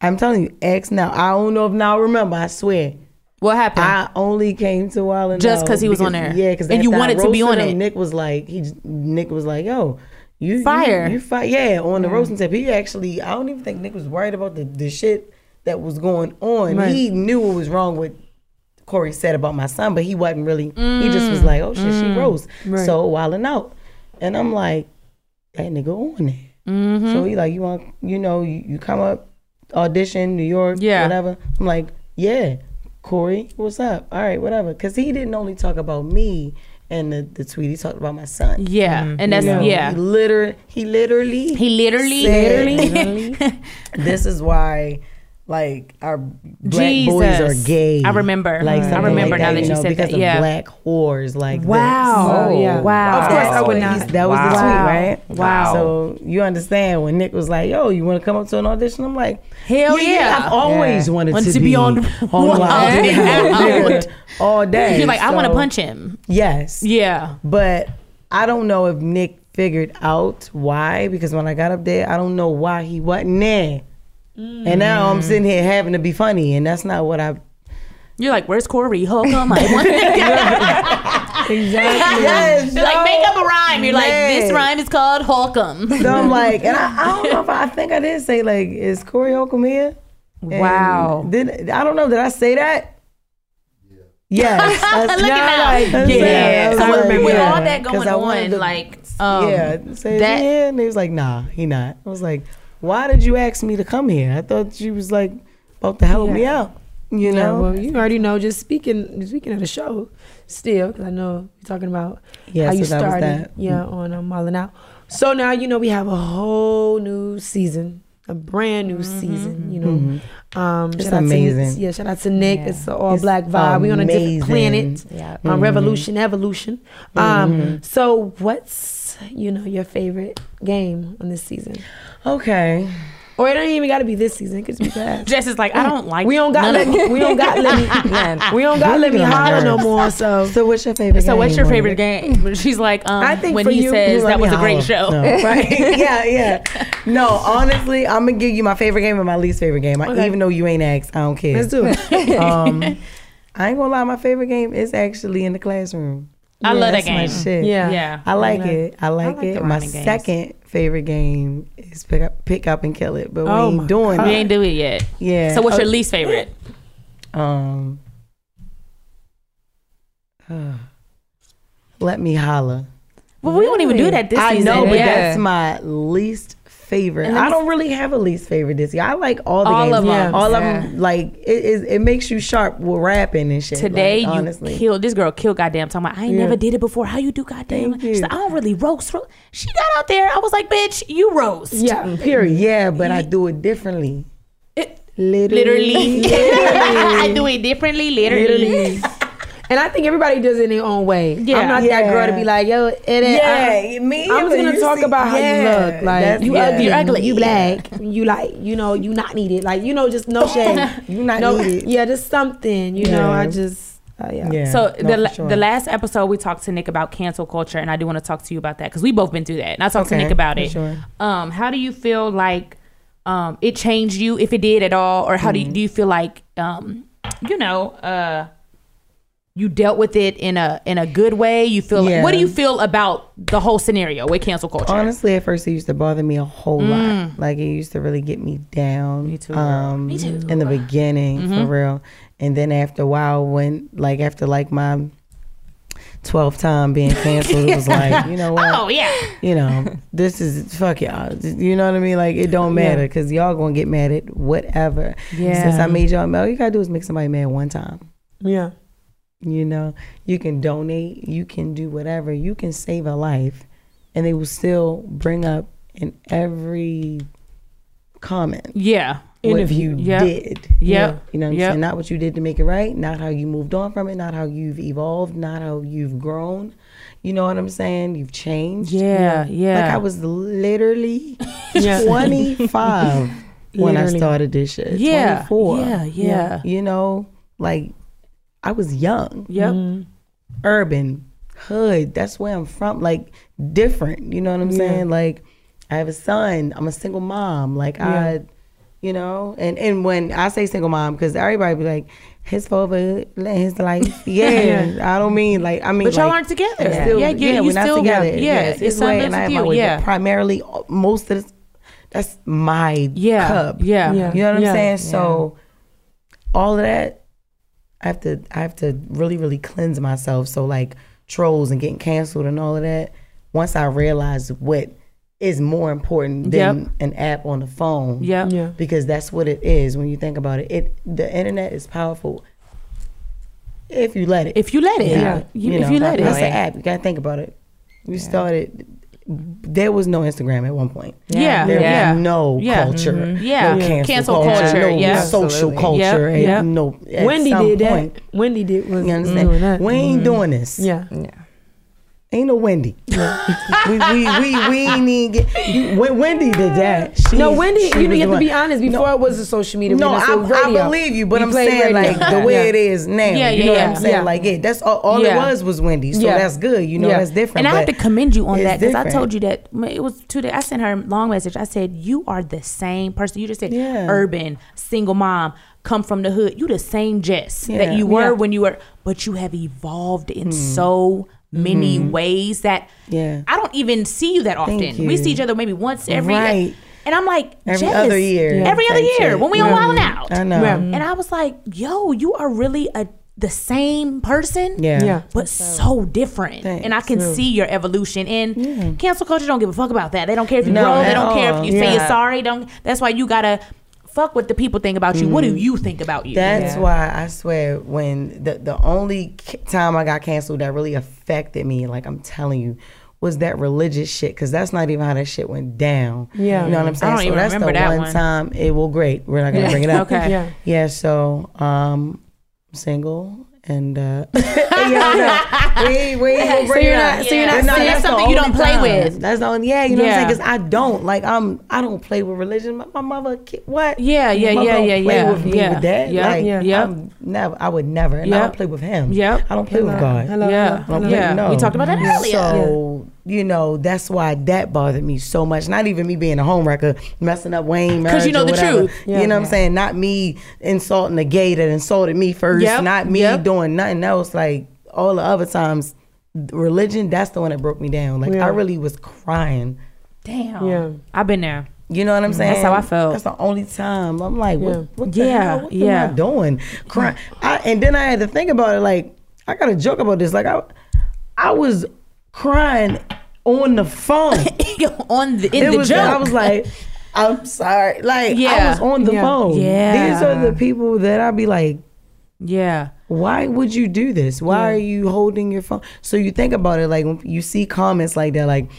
F: I'm telling you, X now. I don't know if now I remember. I swear.
B: What happened?
F: I only came to Wild and
B: Just
F: Out
B: 'cause he was on there.
F: Yeah, because
B: And you wanted to be on it.
F: Nick was like, he j- Nick was like, yo, you
B: Fire.
F: you, you fire. Yeah, on the roasting tip. He actually, I don't even think Nick was worried about the the shit that was going on. He knew what was wrong with. Corey said about my son, but he wasn't really. He just
B: Mm.
F: was like, "Oh shit, she rose." So wilding out, and I'm like, "That nigga on there." Mm-hmm.
B: Mm-hmm.
F: So he like, "You want, you know, you, you come up, audition, New York,
A: Yeah.
F: whatever." I'm like, "Yeah, Corey, what's up? All right, whatever." Because he didn't only talk about me and the, the tweet; he talked about my son.
B: Yeah. And that's,
F: You know,
B: yeah.
F: He literally, he literally,
B: He literally,
F: said,
B: literally,
F: this is why, like, our black boys
B: Jesus.
F: are gay.
B: I remember.
F: Like,
B: I
F: something
B: remember
F: like
B: now that
F: you
B: you
F: know,
B: said
F: because
B: that.
F: of
B: Yeah.
F: black whores. Like,
B: Wow.
F: This.
B: Oh, yeah. Wow.
F: Of course,
B: Wow.
F: I would not. That was the tweet,
B: Wow.
F: right?
B: Wow.
F: So you understand when Nick was like, "Yo, you want to come up to an audition?" I'm like,
B: Hell yeah.
F: I've always
B: Yeah.
F: wanted
B: Wanted
F: to,
B: to be on-
F: Wild and
B: Oh,
F: Out all day.
B: You're like, I want to
F: So,
B: punch him.
F: Yes.
B: Yeah.
F: But I don't know if Nick figured out why, because when I got up there, I don't know why he wasn't there. And now
B: Mm.
F: I'm sitting here having to be funny, and that's not what I.
B: You're like, where's Corey? How come I want
F: Exactly. yes.
B: You're like, make up a rhyme. You're like,
F: Man.
B: this rhyme is called Holcomb.
F: So I'm like, and I, I don't know if I, I think I did say like, is Corey Holcomb here? And
E: Wow.
F: Did I don't know. Did I say that? Yes. That's-
B: Look at
F: I
B: that.
F: was
B: Yeah.
F: like,
B: So
F: I was like,
B: with
F: yeah.
B: all that
F: 'Cause
B: going
F: I wanted
B: on,
F: to-
B: like, um,
F: yeah, say
B: that-
F: that. And he was like, nah, he not. I was like, why did you ask me to come here? I thought you was like about to help me out. You
C: Yeah,
F: know?
C: well, you already know. Just speaking, speaking of the show, still because I know you're talking about
F: Yeah,
C: how
F: so
C: you
F: that was
C: started.
F: that. Mm.
C: Yeah, on um, Wildin' Out. So now you know we have a whole new season, a brand new season. You know, um,
F: Mm-hmm, It's
C: shout out to-
F: amazing.
C: yeah, shout out to Nick.
E: Yeah.
C: It's an all
F: It's
C: black vibe. We on a different
F: amazing. Mm-hmm.
C: planet.
E: Yeah.
C: Um, Revolution, evolution. Um, so what's you know your favorite game on this season?
F: Okay.
C: Or it don't even got to be this season. It could be past.
B: Jess is like, I don't like
C: We don't got
B: none
C: let
B: of
C: me, we don't got let me we don't got let me
F: Get on my
C: holler no
F: nerves.
C: more. So
F: So what's your favorite
B: So,
F: game?
B: what's your favorite
F: Monica?
B: game? She's like, um,
F: I think
B: when
F: for
B: he
F: you,
B: says
F: you let
B: that
F: me
B: was a great show.
F: holler. No, right? yeah, yeah. No, honestly, I'm gonna give you my favorite game and my least favorite game. I, Even though you ain't asked, I don't care.
C: let's do it.
F: Um, I ain't gonna lie, my favorite game is actually in the classroom.
B: I love that
F: That's my
B: game.
F: shit.
C: Yeah.
B: Yeah.
F: I like it. I like,
B: like the
F: it. My
B: rhyming games.
F: second favorite game is pick up, pick up and kill it, but
C: Oh
F: we
C: my
F: ain't doing
B: We
F: it.
B: ain't do it yet.
F: Yeah.
B: So, what's your
F: Oh,
B: least favorite?
F: Um. uh, let me holler.
B: Well, we don't even do that this
F: I
B: season.
F: know, but
E: Yeah.
F: that's my least favorite.
B: And let
F: I
B: me
F: don't really have a least favorite this year. I like all the
B: All
F: games.
B: of 'em.
F: All of
E: Yeah.
F: them. Like it, it, it makes you sharp with rapping and shit.
B: Today
F: like,
B: you
F: honestly.
B: killed this girl. Killed goddamn. Talking about I ain't never did it before. How you do goddamn?
F: Thank
B: She's
F: you.
B: like, I don't really roast. ro-" She got out there. I was like, bitch, you roast.
C: Yeah.
F: Period. Yeah, but I do it differently.
B: It-
F: literally.
B: literally. I do it differently. Literally.
C: And I think everybody does it in their own way.
B: Yeah.
C: I'm not that
F: Yeah.
C: girl to be like, yo, it ain't.
F: Yeah, me.
C: I, I was
F: either.
C: gonna
F: You
C: talk
F: see-
C: about how
F: yeah,
C: you look. Like
F: that's-
C: you
F: yeah.
C: ugly,
B: You're ugly.
C: you black, you like, you know, you not needed. Like you know, just no shade.
F: You not
C: no,
F: needed.
C: yeah, just something. You know, I
F: Yeah.
C: just uh, yeah.
F: Yeah,
B: So
F: no,
B: the
F: for
B: la-
F: sure.
B: the last episode we talked to Nick about cancel culture, and I do want to talk to you about that because we both been through that, and I talked
F: Okay,
B: to Nick about
F: for
B: it.
F: sure.
B: Um, how do you feel like um, it changed you, if it did at all, or how do
F: Mm-hmm.
B: you, do you feel like um, you know uh, you dealt with it in a in a good way? You feel like, what do
F: Yeah.
B: you feel about the whole scenario with cancel culture?
F: Honestly, at first it used to bother me a whole lot. Like it used to really get me down. Mm. Me too. Um, me too. Mm-hmm. In the beginning, for real. And then after a while, when like after like my twelfth time being canceled, it was like you know what?
B: oh yeah,
F: you know, this is fuck y'all. You know what I mean? Like it don't matter because y'all gonna get mad at whatever.
E: Yeah.
F: Since I made y'all mad, all you gotta do is make somebody mad one time.
C: yeah.
F: You know, you can donate, you can do whatever, you can save a life, and they will still bring up in every comment.
B: Yeah.
F: What
B: Interview.
F: you
B: Yep.
F: did.
B: Yep.
F: You know what I'm
B: Yep.
F: saying? Not what you did to make it right, not how you moved on from it, not how you've evolved, not how you've grown. You know what I'm saying? You've changed.
B: Yeah, yeah.
F: Like I was literally
B: Yeah.
F: 25 when I
B: Literally.
F: started this shit.
B: Yeah,
F: 24.
B: yeah, yeah.
F: You know, like I was young.
B: Yep.
F: Urban, hood, that's where I'm from. Like different, you know what I'm
B: Yeah.
F: saying? Like I have a son, I'm a single mom. Like
B: Yeah.
F: I you know, and and when I say single mom, because everybody be like, his father, his life, yeah. I don't mean like I mean,
B: But y'all
F: like,
B: aren't together.
F: it's
B: Yeah. Yeah, yeah, you
F: we're
B: still-
F: not together.
B: yeah,
F: yes,
B: your
F: his
B: son
F: way
B: lives
F: and I have
B: with
F: my
B: you,
F: way.
B: yeah.
F: But primarily, uh, most of this, that's my
B: Yeah,
F: cup.
B: yeah. Yeah.
F: you know what
B: Yeah.
F: I'm saying. So all of that, I have to, I have to really, really cleanse myself. So like trolls and getting canceled and all of that. Once I realized what is more important than
B: Yep.
F: an app on the phone,
B: Yep.
C: Yeah.
F: because that's what it is when you think about it. It the internet is powerful if you let it.
B: If you let it.
F: Yeah.
B: You- if you let it.
F: That's an app. You gotta think about it. We started. There was no Instagram at one point.
B: Yeah.
F: There
B: Yeah.
F: was no
B: Yeah. Mm-hmm.
F: culture.
B: Yeah.
F: No cancel,
B: Cancel
F: culture.
B: culture,
F: No
B: yeah.
F: social
B: Absolutely.
F: culture.
B: Yep,
F: and
B: yep.
F: No. at
C: Wendy
F: some
C: did that.
F: point.
C: Wendy did was
F: You understand?
C: doing that. Mm-hmm.
F: We ain't doing this.
C: Yeah.
F: Ain't no Wendy. we, we, we, we ain't even get. You, Wen- Wendy did that. She-
C: No, Wendy,
F: she
C: you,
F: was
C: you have to
F: the
C: be
F: one-
C: honest. Before it was a social media. we
F: No,
C: done
F: I,
C: said radio.
F: I believe you, but
C: We
F: I'm
C: played
F: saying
C: radio.
F: like the way
C: Yeah.
F: it is now.
B: Yeah,
F: you know
B: yeah,
F: what I'm saying?
B: yeah.
F: Like yeah, that's all, all
B: Yeah.
F: it was was Wendy. So
C: Yeah.
F: that's good. You know,
C: Yeah.
F: that's different.
B: And I have to
F: but
B: commend you on
F: it's
B: that because I
F: different.
B: told you that m- it was two days. I sent her a long message. I said, You are the same person. You just said
F: Yeah.
B: urban, single mom, come from the hood. You the same Jess
F: Yeah.
B: that you were
F: Yeah. Mm-hmm.
B: when you were, but you have evolved in so many ways that
F: Yeah.
B: I don't even see you that
F: Thank
B: often. We
F: you.
B: see each other maybe once every
F: Right.
B: And I'm like,
F: Every
B: Jess,
F: other year. Yeah.
B: Every other
F: Same
B: year
F: shit.
B: when we on
F: Yeah.
B: Wild Out.
F: I know.
C: Yeah.
B: And I was like, yo, you are really a the same person.
F: Yeah.
C: Yeah.
B: But so different.
F: Thanks.
B: And I can see your evolution. And cancel culture don't give a fuck about that. They don't care if you
F: No,
B: grow. They
F: at
B: don't care if you say
F: all.
B: you're sorry. Don't that's why you gotta fuck what the people think about you. What do you think about you?
F: Mm-hmm. That's why I swear when the the only c- time I got canceled that really affected me, like I'm telling you, was that religious shit. Cause that's not even how that shit went down.
C: Yeah.
F: you know what I'm saying.
B: don't
F: so
B: even
F: that's the
B: remember that
F: one,
B: one.
F: time. It well, great. We're not gonna bring it up.
B: Okay.
C: Yeah.
F: Yeah. So um, I'm single. And uh, yeah, no, we, we, we
C: So you're not- so you're not- so
B: that's something you don't play with.
F: That's the only, yeah, you know what
B: Yeah.
F: I'm saying? Cause I don't like, I'm, I don't play with religion. My, my mother, ki- what?
B: Yeah, yeah,
F: My
B: yeah,
F: mom
B: yeah,
F: play
B: yeah,
F: With me
B: yeah,
F: with that.
B: yeah,
F: like,
B: yeah, yeah.
F: I'm never. I would never. And I
B: Yep.
F: don't play with him.
B: Yep.
F: I don't play with God.
C: Hello.
B: Yeah.
F: I don't play-
B: yeah.
F: no.
B: We talked about that earlier.
F: So you know that's why that bothered me so much. Not even me being a homewrecker, messing up Wayne. Because
B: you know the truth.
F: You know what I'm saying. Not me insulting the gay that insulted me first.
B: Yep,
F: Not me
B: yep.
F: doing nothing else. Like all the other times, religion. That's the one that broke me down. Like I really was crying.
B: Damn.
C: Yeah.
B: I've been there.
F: You know what I'm saying?
B: how I felt.
F: That's the only time I'm like, what, what the
B: Yeah,
F: hell? What
B: yeah.
F: am I doing? Crying. I, and then I had to think about it. Like, I got a joke about this. Like, I, I was crying on the phone.
B: on the in
F: It
B: the
F: was-
B: joke.
F: I was like, I'm sorry. Like, I
B: Yeah.
F: was on the
C: Yeah.
F: phone.
B: Yeah.
F: These are the people that I'd be like,
B: yeah.
F: why would you do this? Why are you holding your phone? So you think about it, like when you see comments like that, like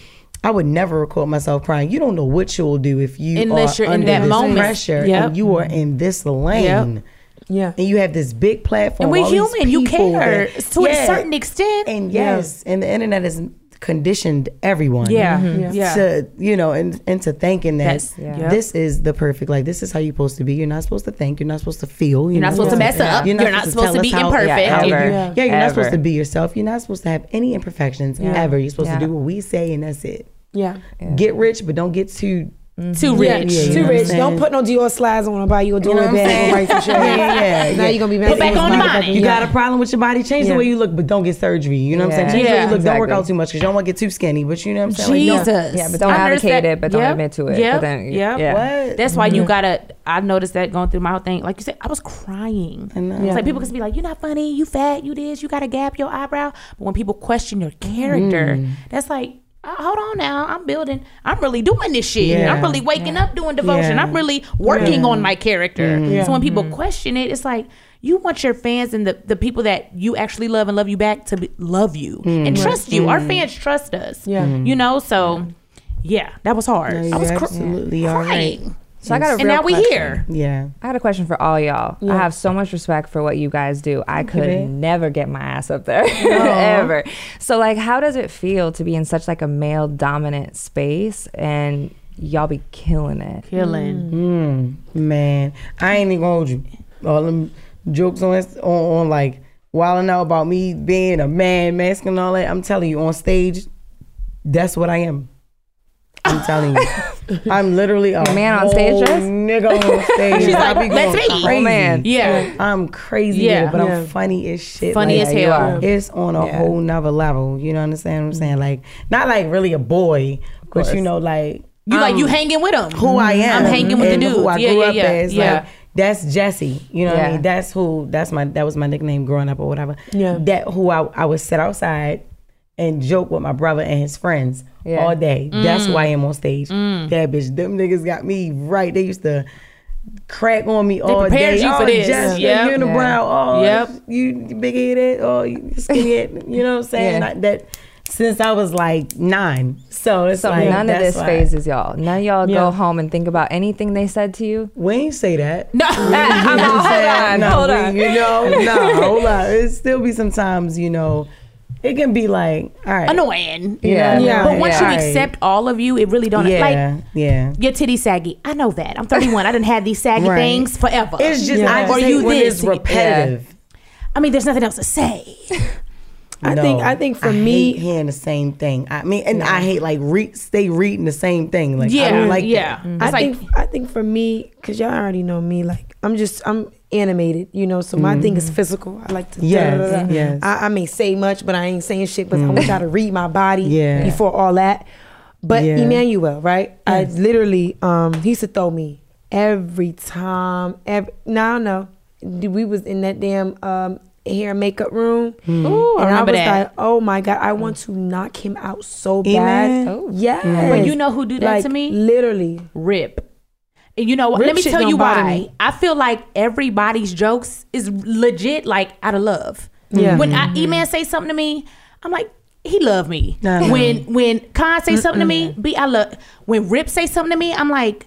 F: I would never record myself crying. You don't know what you will do if you
B: Unless
F: are
B: you're in
F: under
B: that
F: this
B: moment.
F: pressure
B: Yep.
F: and you are in this lane.
C: Yeah.
F: And you have this big platform.
B: And we're
F: all these
B: human. You
F: people
B: care
F: that-
B: to a
F: Yeah.
B: certain extent.
F: And yes, and the internet has conditioned everyone.
B: Yeah.
C: Mm-hmm.
B: Mhm. Yeah.
F: To you know, and into thinking that
B: That's- yeah.
F: this is the perfect. Like this is how you're supposed to be. You're not supposed to think. You're not supposed to feel. You're,
B: not supposed to mess up. You're not supposed to
F: tell us
B: be
F: how-
B: imperfect.
F: how you-
E: Ever.
F: Yeah, you're not supposed
E: Ever.
F: to be yourself. You're not supposed to have any imperfections ever. You're supposed to do what we say, and that's it.
C: Yeah.
F: Get rich, but don't get too.
B: Too rich.
F: Yeah, you know
C: Too
F: what I'm
C: rich. Don't
F: saying?
C: put no Dior slides on and buy you a
F: You know what
C: Dior
F: I'm
C: bag.
F: saying?
C: and write some shit on it.
F: Yeah, yeah, yeah.
C: Now you're gonna be
B: Put back on the body.
F: You got a problem with your body? Change
C: Yeah.
F: the way you look, but don't get surgery. You know what I'm saying?
E: Yeah.
F: Change the way
B: Yeah.
F: you look. Don't work
E: Exactly.
F: out too much because you don't want to get too skinny. But you know what I'm saying? Like,
B: Jesus.
F: no,
E: Yeah, but don't
B: I noticed
E: advocate
B: that-
E: it, but don't
B: Yep.
E: admit to it.
B: Yep.
E: But then,
B: Yep.
E: yeah.
F: What? Mm-hmm.
B: That's why you gotta. I noticed that going through my whole thing. Like you said, I was crying. It's like people can be like, "You're not
F: Mm.
B: funny. You fat. You this. You got a gap. Your eyebrow." But when people question your character, that's like uh, hold on now, I'm building. I'm really doing this shit.
F: Yeah.
B: I'm really waking up doing devotion.
F: Yeah.
B: I'm really working
F: Yeah.
B: on my character.
F: Mhm. Yeah.
B: So when people question it, it's like you want your fans and the, the people that you actually love and love you back to be, love you and
F: Right.
B: trust you. Our
F: Mhm.
B: fans trust us.
F: Yeah. Mhm.
B: You know, so yeah, that was hard.
F: No,
B: I was
F: you're
B: cr-
F: absolutely all right.
B: crying.
E: So I got a
B: And
E: real
B: now we
E: question.
B: here.
F: Yeah.
E: I got a question for all y'all.
F: Yeah.
E: I have so much respect for what you guys do. I could
F: babe.
E: never get my ass up there ever. So like how does it feel to be in such like a male dominant space and y'all be killing it?
B: Feeling.
F: Mm, man, I ain't even gonna hold you. All them jokes on Inst- on, on like wilding out about me being a man, mask and all that. I'm telling you, on stage, that's what I am. I'm telling you, I'm literally a
E: man on stage,
F: whole
E: Jess?
F: nigga on stage.
B: She's
F: I
B: like,
F: be
B: "That's
F: going
B: me."
F: crazy.
E: Oh, man.
B: Yeah.
F: I'm crazy,
B: Yeah.
F: yeah, but
C: Yeah.
F: I'm funny as shit.
B: Funny
F: Like,
B: as hell.
F: It's on a whole nother level. You know understand what
E: Mm.
F: I'm saying? Like, not like really a boy, but you know, like
B: You like
F: I'm-
B: you hanging with them.
F: Um, who I am.
B: I'm hanging with the
F: and
B: dudes.
F: Who I
B: yeah,
F: grew
B: yeah,
F: up
B: yeah.
F: as.
B: yeah.
F: Like, that's Jesse. You know what I
E: Yeah.
F: mean? That's who. That's my. That was my nickname growing up or whatever. Yeah. That who I I would sit outside and joke with my brother and his friends
E: Yeah.
F: all day. That's who I
B: Mm.
F: am on stage. That bitch. Them niggas got me right. They used to. Crack on me all
B: prepared
F: day.
B: you
F: oh,
B: for this.
F: Jesse,
B: Yep.
F: you in the
E: Yeah.
F: brown. Oh,
B: Yep.
F: you big headed. Oh, you skinny head. You know what I'm saying?
E: Yeah.
F: I- that since I was like nine. So it's
E: So
F: like
E: none of
F: that's
E: this
F: why-
E: phases y'all. None of y'all
F: Yeah.
E: go home and think about anything they said to you.
F: We ain't say that.
B: No.
F: You know what I'm saying?
E: hold on,
F: No,
E: hold
F: we-
E: on.
F: You know, no, hold on. It still be sometimes, you know, it can be like, all right.
B: Annoying.
E: Yeah.
F: Yeah.
B: But once
F: Yeah.
B: you accept all of you, it really don't
F: Yeah,
B: like
F: yeah.
B: your titty saggy. I know that. I'm 31. I didn't have these saggy
F: Right.
B: things forever.
F: It's just, I just
B: Or
F: hate
B: you
F: when
B: this.
F: it's repetitive.
B: I mean, there's nothing else to say.
C: I
F: No.
C: think I think for
F: I
C: me,
F: hate hearing the same thing. I mean, and I hate like re- stay reading the same thing. Like, I
B: Yeah,
F: don't like
B: yeah.
F: that.
B: It's
C: Mm-hmm. I
B: like-
C: think I think for me, cause y'all already know me. Like I'm just I'm animated, you know. So my thing is physical. I like to.
F: Mm. Yes, yes. Mm.
C: I, I may say much, but I ain't saying shit. But I want y'all to read my body.
F: Yeah.
C: Before all that, but
F: Yeah.
C: Emmanuel, right? I literally um he used to throw me every time. Every now no, we was in that damn um hair and makeup room.
F: Hmm.
B: Ooh, I
C: and I
B: remember
C: was
B: that.
C: like, oh my god, I want to knock him out so
F: Amen.
C: bad. Yes.
B: Oh. But you know who do that to
C: Like,
B: me?
C: Literally.
B: Rip. And you know what?
C: Rip
B: Let me
C: shit
B: tell
C: don't
B: you
C: bother
B: why.
C: me.
B: I feel like everybody's jokes is legit, like out of love.
C: Yeah.
B: When I E-Man say something to me, I'm like, he love me.
F: No, no.
B: When when Khan say something to me, B, I love. When Rip say something to me, I'm like,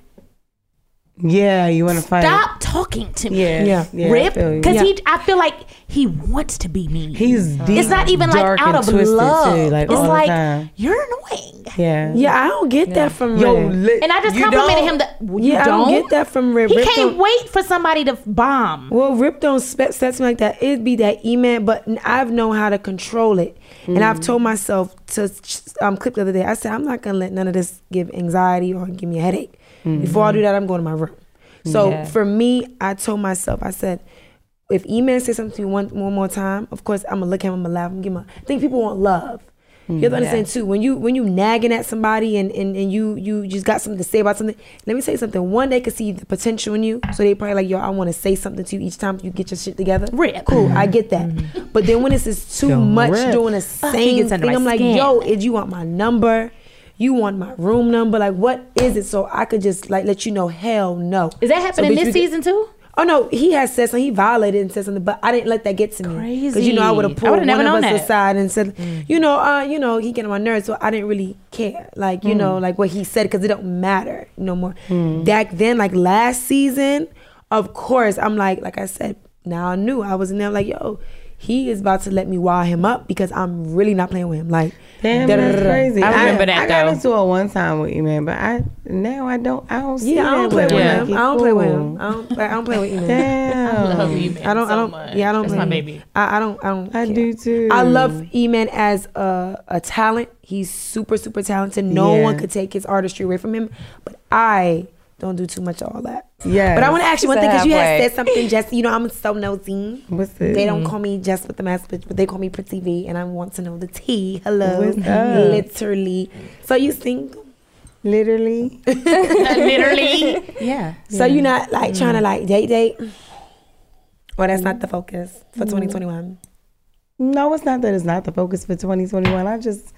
F: Yeah, you want to fight.
B: stop talking to me.
F: Yeah,
C: Yeah.
F: yeah, I
B: Rip,
F: feel you.
B: because he, I feel like he wants to be mean.
F: He's deep.
B: it's not even like
F: dark,
B: out
F: and
B: of
F: twisted,
B: love.
F: Too, like,
B: it's
F: all the
B: like
F: time.
B: you're annoying.
F: Yeah.
C: Yeah, I don't get that from Yo, Rip.
F: li-
B: And I just
F: you
B: complimented
F: don't-
B: him that well, you
C: yeah,
B: don't?
C: I don't get that from Rip.
B: He
C: Rip
B: can't
C: don't-
B: wait for somebody to bomb.
C: Well, Rip don't spe- set me like that. It'd be that E-Man, but n- I've known how to control it. And
B: Mm.
C: I've told myself to um, clip the other day. I said, I'm not going to let none of this give anxiety or give me a headache.
B: Mm.
C: Before I do that, I'm going to my room. So
E: Yeah.
C: for me, I told myself, I said, if E-Man says something to you one, one more time, of course, I'm going to look at him, I'm going to laugh, I'm going to give him a... I think people want love.
B: Mm,
C: You have to understand too when you when you nagging at somebody and, and, and you you just got something to say about something. Let me tell you something. One, they could see the potential in you, so they probably like yo. I want to say something to you each time you get your shit together.
B: Rip. Mm-hmm.
C: Cool, I get that. But then when this is too
F: Yo,
C: much
F: rip.
C: doing the
B: Ugh, he
C: same
B: gets
C: thing,
B: under my
C: I'm like
B: skin.
C: yo, if you want my number, you want my room number, like what is it? So I could just like let you know. Hell no.
B: Is that happening
C: so, bitch,
B: this
C: we could-
B: season too?
C: Oh no, he has said something. He violated and said something, but I didn't let that get to me. Because you know I would have
B: Crazy. I would've
C: pulled
B: never
C: one of us
B: known that.
C: aside and said,
B: Mm.
C: you know, uh, you know, he getting on my nerves, so I didn't really care. Like you know,
B: Mm.
C: like what he said, because it don't matter no more.
F: Hmm.
C: Back then, like last season, of course, I'm like, like I said, now I knew I was in there. Like yo. He is about to let me wild him up because I'm really not playing with him. Like,
F: Damn,
C: da- da-
F: that's
C: da- da- da.
F: crazy.
B: I remember that,
F: I got
B: though.
F: into it one time with you, man, but I now I don't. I don't see
C: yeah, I
F: that
C: don't play with
F: him.
C: him.
F: Like,
C: I don't
F: he
C: play with
F: cool.
C: him. I don't. I don't play with him.
F: Damn.
C: I don't. I don't. Yeah, I don't.
B: That's
C: blame
B: my
C: you.
B: baby.
C: I, I don't. I don't.
F: I
C: care.
F: do too.
C: I love E-Man as a, a talent. He's super, super talented. No
F: Yeah.
C: one could take his artistry away from him. But I don't do too much of all that.
F: Yes.
C: But I want to ask you one thing because you had
E: halfway.
C: said something, Jesse. You know, I'm so nosy.
F: What's this?
C: They don't call me Jess with the mask, but but they call me Pretty V, and I want to know the T. Hello,
F: What's up?
C: literally. So you sing.
F: Literally.
B: Literally.
E: Yeah.
C: So you're not like trying to like date date. Well, that's not the focus
F: Mm-hmm.
C: for 2021.
F: No, it's not that. It's not the focus for 2021. I just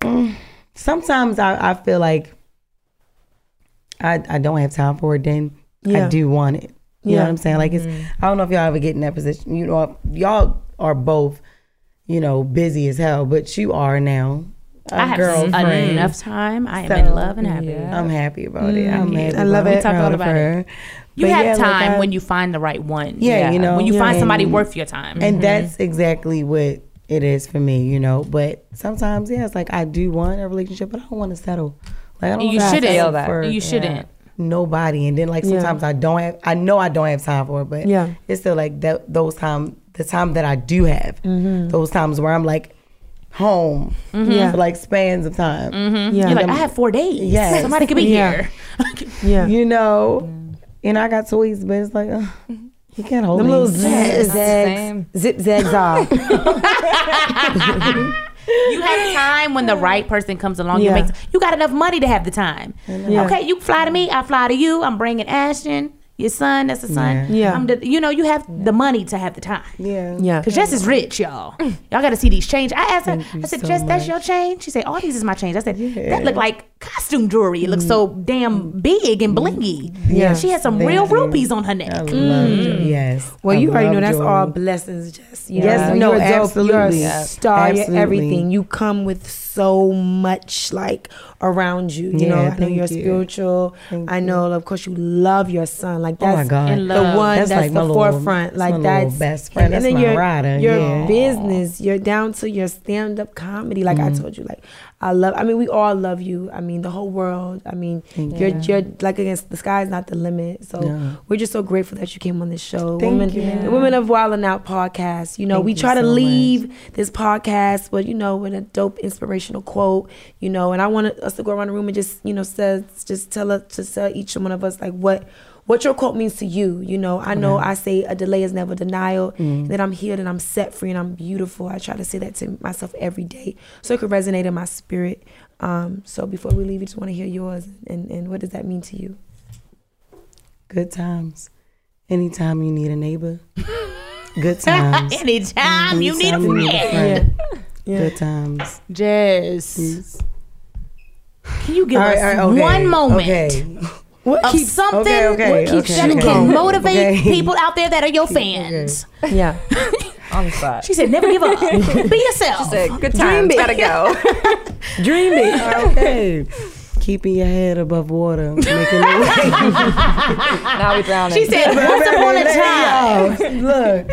F: Mm, sometimes I, I feel like I, I don't have time for it, then I
C: Yeah.
F: do want it. You know
C: Yeah.
F: what I'm saying? Like it's
B: Mm-hmm.
F: I don't know if y'all ever get in that position. You know, y'all are both, you know, busy as hell, but you are now. a
B: I have
F: girlfriend.
B: enough time. I am in
F: So,
B: love and happy.
F: I'm happy about it. I'm
B: Mhm.
F: happy.
B: I love
F: about
B: it. We talked
F: Proud
B: all
F: of
B: about it.
F: her.
B: You
F: But
B: have
F: yeah, like,
B: time
F: I-
B: when you find the right one.
F: yeah, you know
B: when you find
F: and-
B: somebody worth your time. Mm-hmm.
F: and that's exactly what it is for me you know but sometimes yeah it's like i do want a relationship but i don't want to settle like i don't
B: And you
F: wanna
B: shouldn't.
F: settle
B: Feel
F: for
B: that. You shouldn't.
F: nobody and then like
B: Yeah.
F: sometimes i don't have i know i don't have time for it but
C: Yeah.
F: it's still like that those time the time that i do have
B: Mm-hmm.
C: Mhm.
F: those times where i'm like home
C: Mhm. Yeah.
F: for like spans of time
B: Mm-hmm.
C: Mhm. Yeah. You're like, I have
B: four days
F: yeah
B: Somebody could be Yeah. here.
C: yeah
F: you know and i got toys but it's like ugh, you can't hold
C: Them
F: me.
C: little zig zags, zip zags off.
B: you have time when the right person comes along.
C: Yeah.
B: You make you got enough money to have the time.
C: Yeah.
B: Okay, you fly to me, I fly to you. I'm bringing Ashton, your son. That's the son.
C: Yeah. Yeah.
B: I'm the, you know, you have the money to have the time.
F: Yeah,
C: Yeah.
B: Cause Jess is rich, y'all. Y'all got to see these change. I asked her. I said,
F: so
B: Jess, that's your change. She said, all these is my change. I said, that look like costume jewelry. It looks so damn big and blingy.
F: Mm. Yes,
B: She has some
F: thank
B: real
F: you.
B: rupees on her neck. Mm.
F: Love Mm. you. Yes.
C: Well,
F: I
C: you already
F: love
C: know that's
F: jewelry.
C: all blessings, Jess. You
F: Yes,
C: know,
F: no,
C: you're a dope,
F: absolutely.
C: You're
F: Yeah.
C: a star.
F: Absolutely.
C: You're everything. You come with so much like around you. You
F: Yeah,
C: know, I know
F: thank
C: you're
F: you.
C: spiritual. I know, of course, you love your son. Like
F: Oh my
C: that's
F: God. And love.
C: the one
F: That's
C: that's,
F: like my
C: the
F: little-
C: forefront.
F: that's
C: Like
F: my little
C: that's
F: best friend. That's my
C: your,
F: rider.
C: Your
F: Yeah.
C: business. You're down to your stand up comedy. Like
F: Mm.
C: I told you, like I love. I mean, we all love you. I mean, the whole world. I mean, you're you're like against the sky's not the limit. So
F: No.
C: we're just so grateful that you came on this show,
F: Thank
C: women.
F: you.
C: The women of Wild and Out podcast. You know,
F: Thank
C: we
F: you
C: try to
F: so
C: leave this podcast, but you know, with a dope inspirational quote. You know, and I want us to go around the room and just you know, says just tell us to tell each one of us like what what your quote means to you. You know, I know I say a delay is never denial. That I'm healed and I'm set free and I'm beautiful. I try to say that to myself every day, so it could resonate in my spirit. Um, so before we leave, we just want to hear yours and, and what does that mean to you?
F: Good times. Anytime you need a neighbor. Good times. Mm-hmm.
B: Anytime you need a
F: Anytime you need a
B: friend.
F: Good times.
B: Jess, can you give
F: All right,
B: us
F: all right, okay,
B: one moment?
F: Okay.
C: What
B: of something
F: okay, okay,
B: what keeps
F: okay,
B: that
F: okay.
B: can motivate
F: Okay.
B: people out there that are your fans.
C: Yeah.
E: On the spot.
B: She said, "Never give up. Be yourself."
E: Good time. Gotta go.
C: Dream big.
F: Okay. Keeping your head above water. Making the way.
E: now we drowning.
B: She said, "Once upon a time."
F: Look.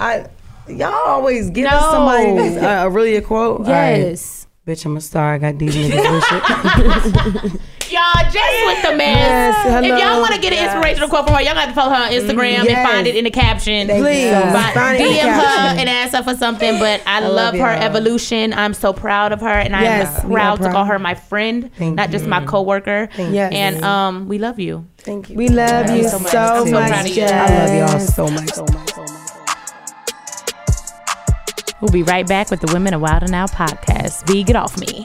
F: I y'all always give us somebody that's, uh, really a quote. All right.
B: Yes.
F: Bitch, I'm a star. I got these niggas with shit.
B: Y'all, just with the man.
F: Yes, hello. Mm,
B: If y'all want to get an inspirational quote from her, y'all got to follow her on Instagram
F: Yes.
B: and find it in the caption.
F: Please,
B: Fi-
F: find it in the
B: DM her
F: caption.
B: and ask her for something. But I, love her
F: y'all.
B: evolution. I'm so proud of her, and
F: Yes,
B: I'm
F: we are
B: proud to
F: proud.
B: call her my friend, not just my coworker.
C: Yes.
B: And um, we love you.
F: Thank you.
C: We love you so
B: so
C: much.
B: much. I'm so proud of you.
F: I love y'all
C: Jess.
F: so much. So much. So much.
B: We'll be right back with the Women of Wild and Out podcast. V, get off me.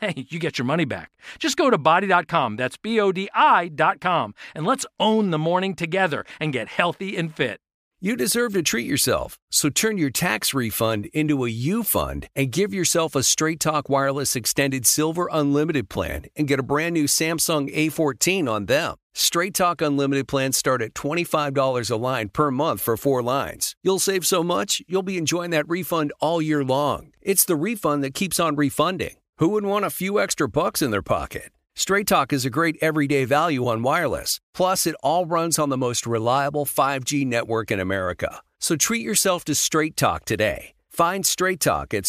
G: hey, you get your money back. Just go to body.com, that's B O D I.com, and let's own the morning together and get healthy and fit.
J: You deserve to treat yourself, so turn your tax refund into a U fund and give yourself a Straight Talk Wireless Extended Silver Unlimited plan and get a brand new Samsung A14 on them. Straight Talk Unlimited plans start at $25 a line per month for four lines. You'll save so much, you'll be enjoying that refund all year long. It's the refund that keeps on refunding. Who would want a few extra bucks in their pocket? Straight Talk is a great everyday value on wireless. Plus, it all runs on the most reliable 5G network in America. So treat yourself to Straight Talk today. Find Straight Talk at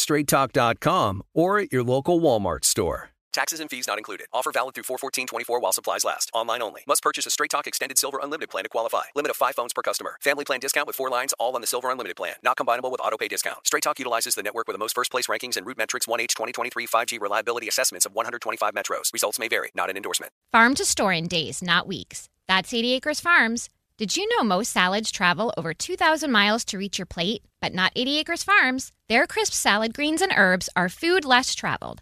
J: straighttalk.com or at your local Walmart store.
H: Taxes and fees not included. Offer valid through 41424 while supplies last. Online only. Must purchase a Straight Talk Extended Silver Unlimited plan to qualify. Limit of five phones per customer. Family plan discount with four lines all on the Silver Unlimited plan. Not combinable with auto pay discount. Straight Talk utilizes the network with the most first place rankings and root metrics 1H 2023 5G reliability assessments of 125 metros. Results may vary. Not an endorsement.
I: Farm to store in days, not weeks. That's 80 Acres Farms. Did you know most salads travel over 2,000 miles to reach your plate? But not 80 Acres Farms. Their crisp salad greens and herbs are food less traveled.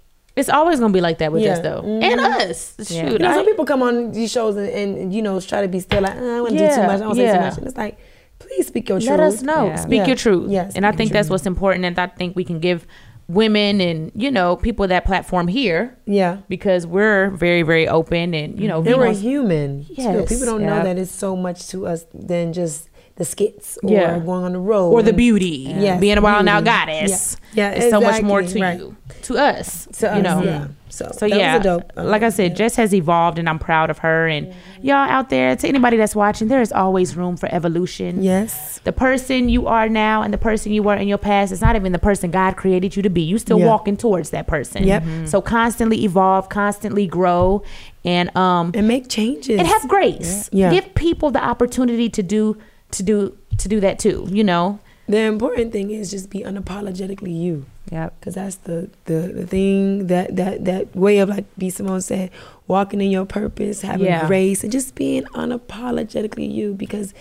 B: It's always gonna be like that with
C: Yeah.
B: us, though,
C: Mhm.
B: and us. Shoot,
C: you know,
B: I-
C: some people come on these shows and, and you know try to be still like, "Uh, I want to do
B: Yeah,
C: too much, I want to
B: yeah.
C: say too much, and it's like, please speak your truth.
B: let us know. Speak
C: Yeah.
B: your truth.
C: Yeah,
B: and I think that's what's important, and I think we can give women and you know people that platform here
C: yeah.
B: because we're very, very open and you know
C: And we're
B: we don't-
C: human. too.
B: Yes.
C: People don't
B: Yeah.
C: know that it's so much to us than just the skits or
B: Yeah.
C: going on the road
B: or the
C: And-
B: beauty,
C: Yes,
B: being a wild now
C: beauty.
B: goddess.
C: Yeah. Yeah,
B: it's so much more to
C: exactly, right.
B: you, to us,
C: To
B: you
C: us,
B: know.
C: yeah. So,
B: So
C: that was
B: yeah,
C: a dope-
B: like I said, Jess has evolved, and I'm proud of her. And y'all out there, to anybody that's watching, there is always room for evolution.
C: Yes.
B: the person you are now and the person you were in your past is not even the person God created you to be. You still
C: Yeah.
B: walking towards that person. Mm-hmm.
C: Yep.
B: So constantly evolve, constantly grow, and um,
C: And make changes.
B: and have grace.
C: Yeah.
B: Give people the opportunity to do to do to do that too. You know.
C: the important thing is just be unapologetically you.
E: Yep.
C: Cause that's the, the, the thing that, that that way of like B Simone said, walking in your purpose, having
B: Yeah.
C: grace, and just being unapologetically you because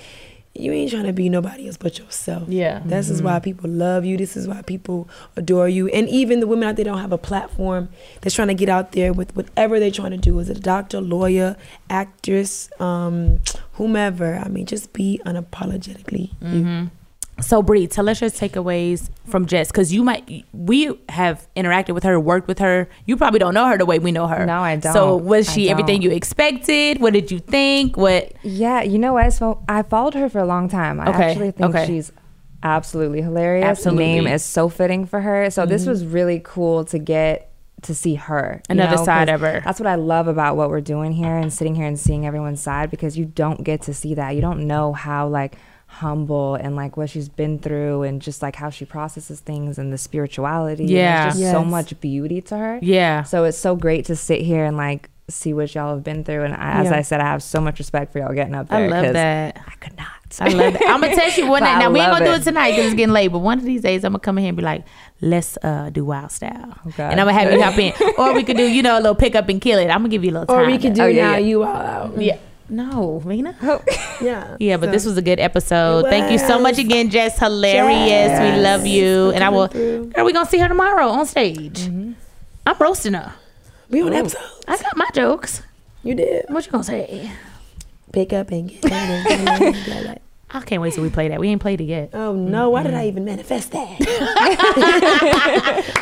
C: you ain't trying to be nobody else but yourself.
B: Yeah.
C: This is why people love you. This is why people adore you. And even the women out there don't have a platform. They're trying to get out there with whatever they're trying to do. Is it a doctor, lawyer, actress, um, whomever? I mean, just be unapologetically
B: Mm-hmm.
C: you.
B: So Bree, tell us your takeaways from Jess, because you might we have interacted with her, worked with her. You probably don't know her the way we know her.
E: No, I don't.
B: So was
E: I
B: she everything you
E: don't.
B: expected? What did you think? What?
E: Yeah, you know what? So I followed her for a long time. I
B: Okay,
E: actually think
B: okay.
E: she's absolutely hilarious.
B: Absolutely. Mm-hmm.
E: Name is so fitting for her. So this was really cool to get to see her you
B: Another side
E: 'cause
B: of her.
E: That's what I love about what we're doing here and sitting here and seeing everyone's side because you don't get to see that. You don't know how like humble and like what she's been through and just like how she processes things and the spirituality. There's
B: Yeah.
E: just so
C: Yes.
E: much beauty to her.
B: Yeah.
E: So it's so great to sit here and like see what y'all have been through. And I, as
C: Yeah.
E: I said, I have so much respect for y'all getting up there.
B: I love
E: 'cause
B: that.
E: I could not.
B: I love that. I'm gonna text you one
E: But
B: night.
E: I
B: Now we ain't
E: love
B: gonna do
E: it.
B: it tonight because it's getting late. But one of these days, I'm gonna come in here and be like, "Let's uh, do wild style,"
E: God.
B: and I'm gonna have you hop in, or we could do you know a little pick up and kill it. I'm gonna give you a little time.
C: Or we could do
E: Oh,
C: now
E: yeah, yeah.
C: you all out.
B: yeah. No, Vina.
C: Yeah.
B: Yeah, but
C: So-
B: this was a good episode.
C: It
B: Thank you so
C: was.
B: much again, Jess. Hilarious. We love you. And I will. Girl, we gonna see her tomorrow on stage. I'm roasting her.
C: Mm-hmm. we on episode.
B: I got my jokes.
C: You did.
B: What you gonna say?
C: Pick up and get it.
B: I can't wait till we play that. We ain't played it yet.
C: Oh no, why
B: Mm-hmm.
C: did I even manifest that?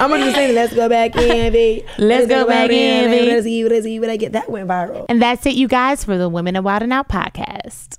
C: I'm gonna just say let's go back in, V.
B: Let's go back in, V.
C: Let's see, let's see what I get. That went viral.
B: And that's it, you guys, for the Women of Wild and Out podcast.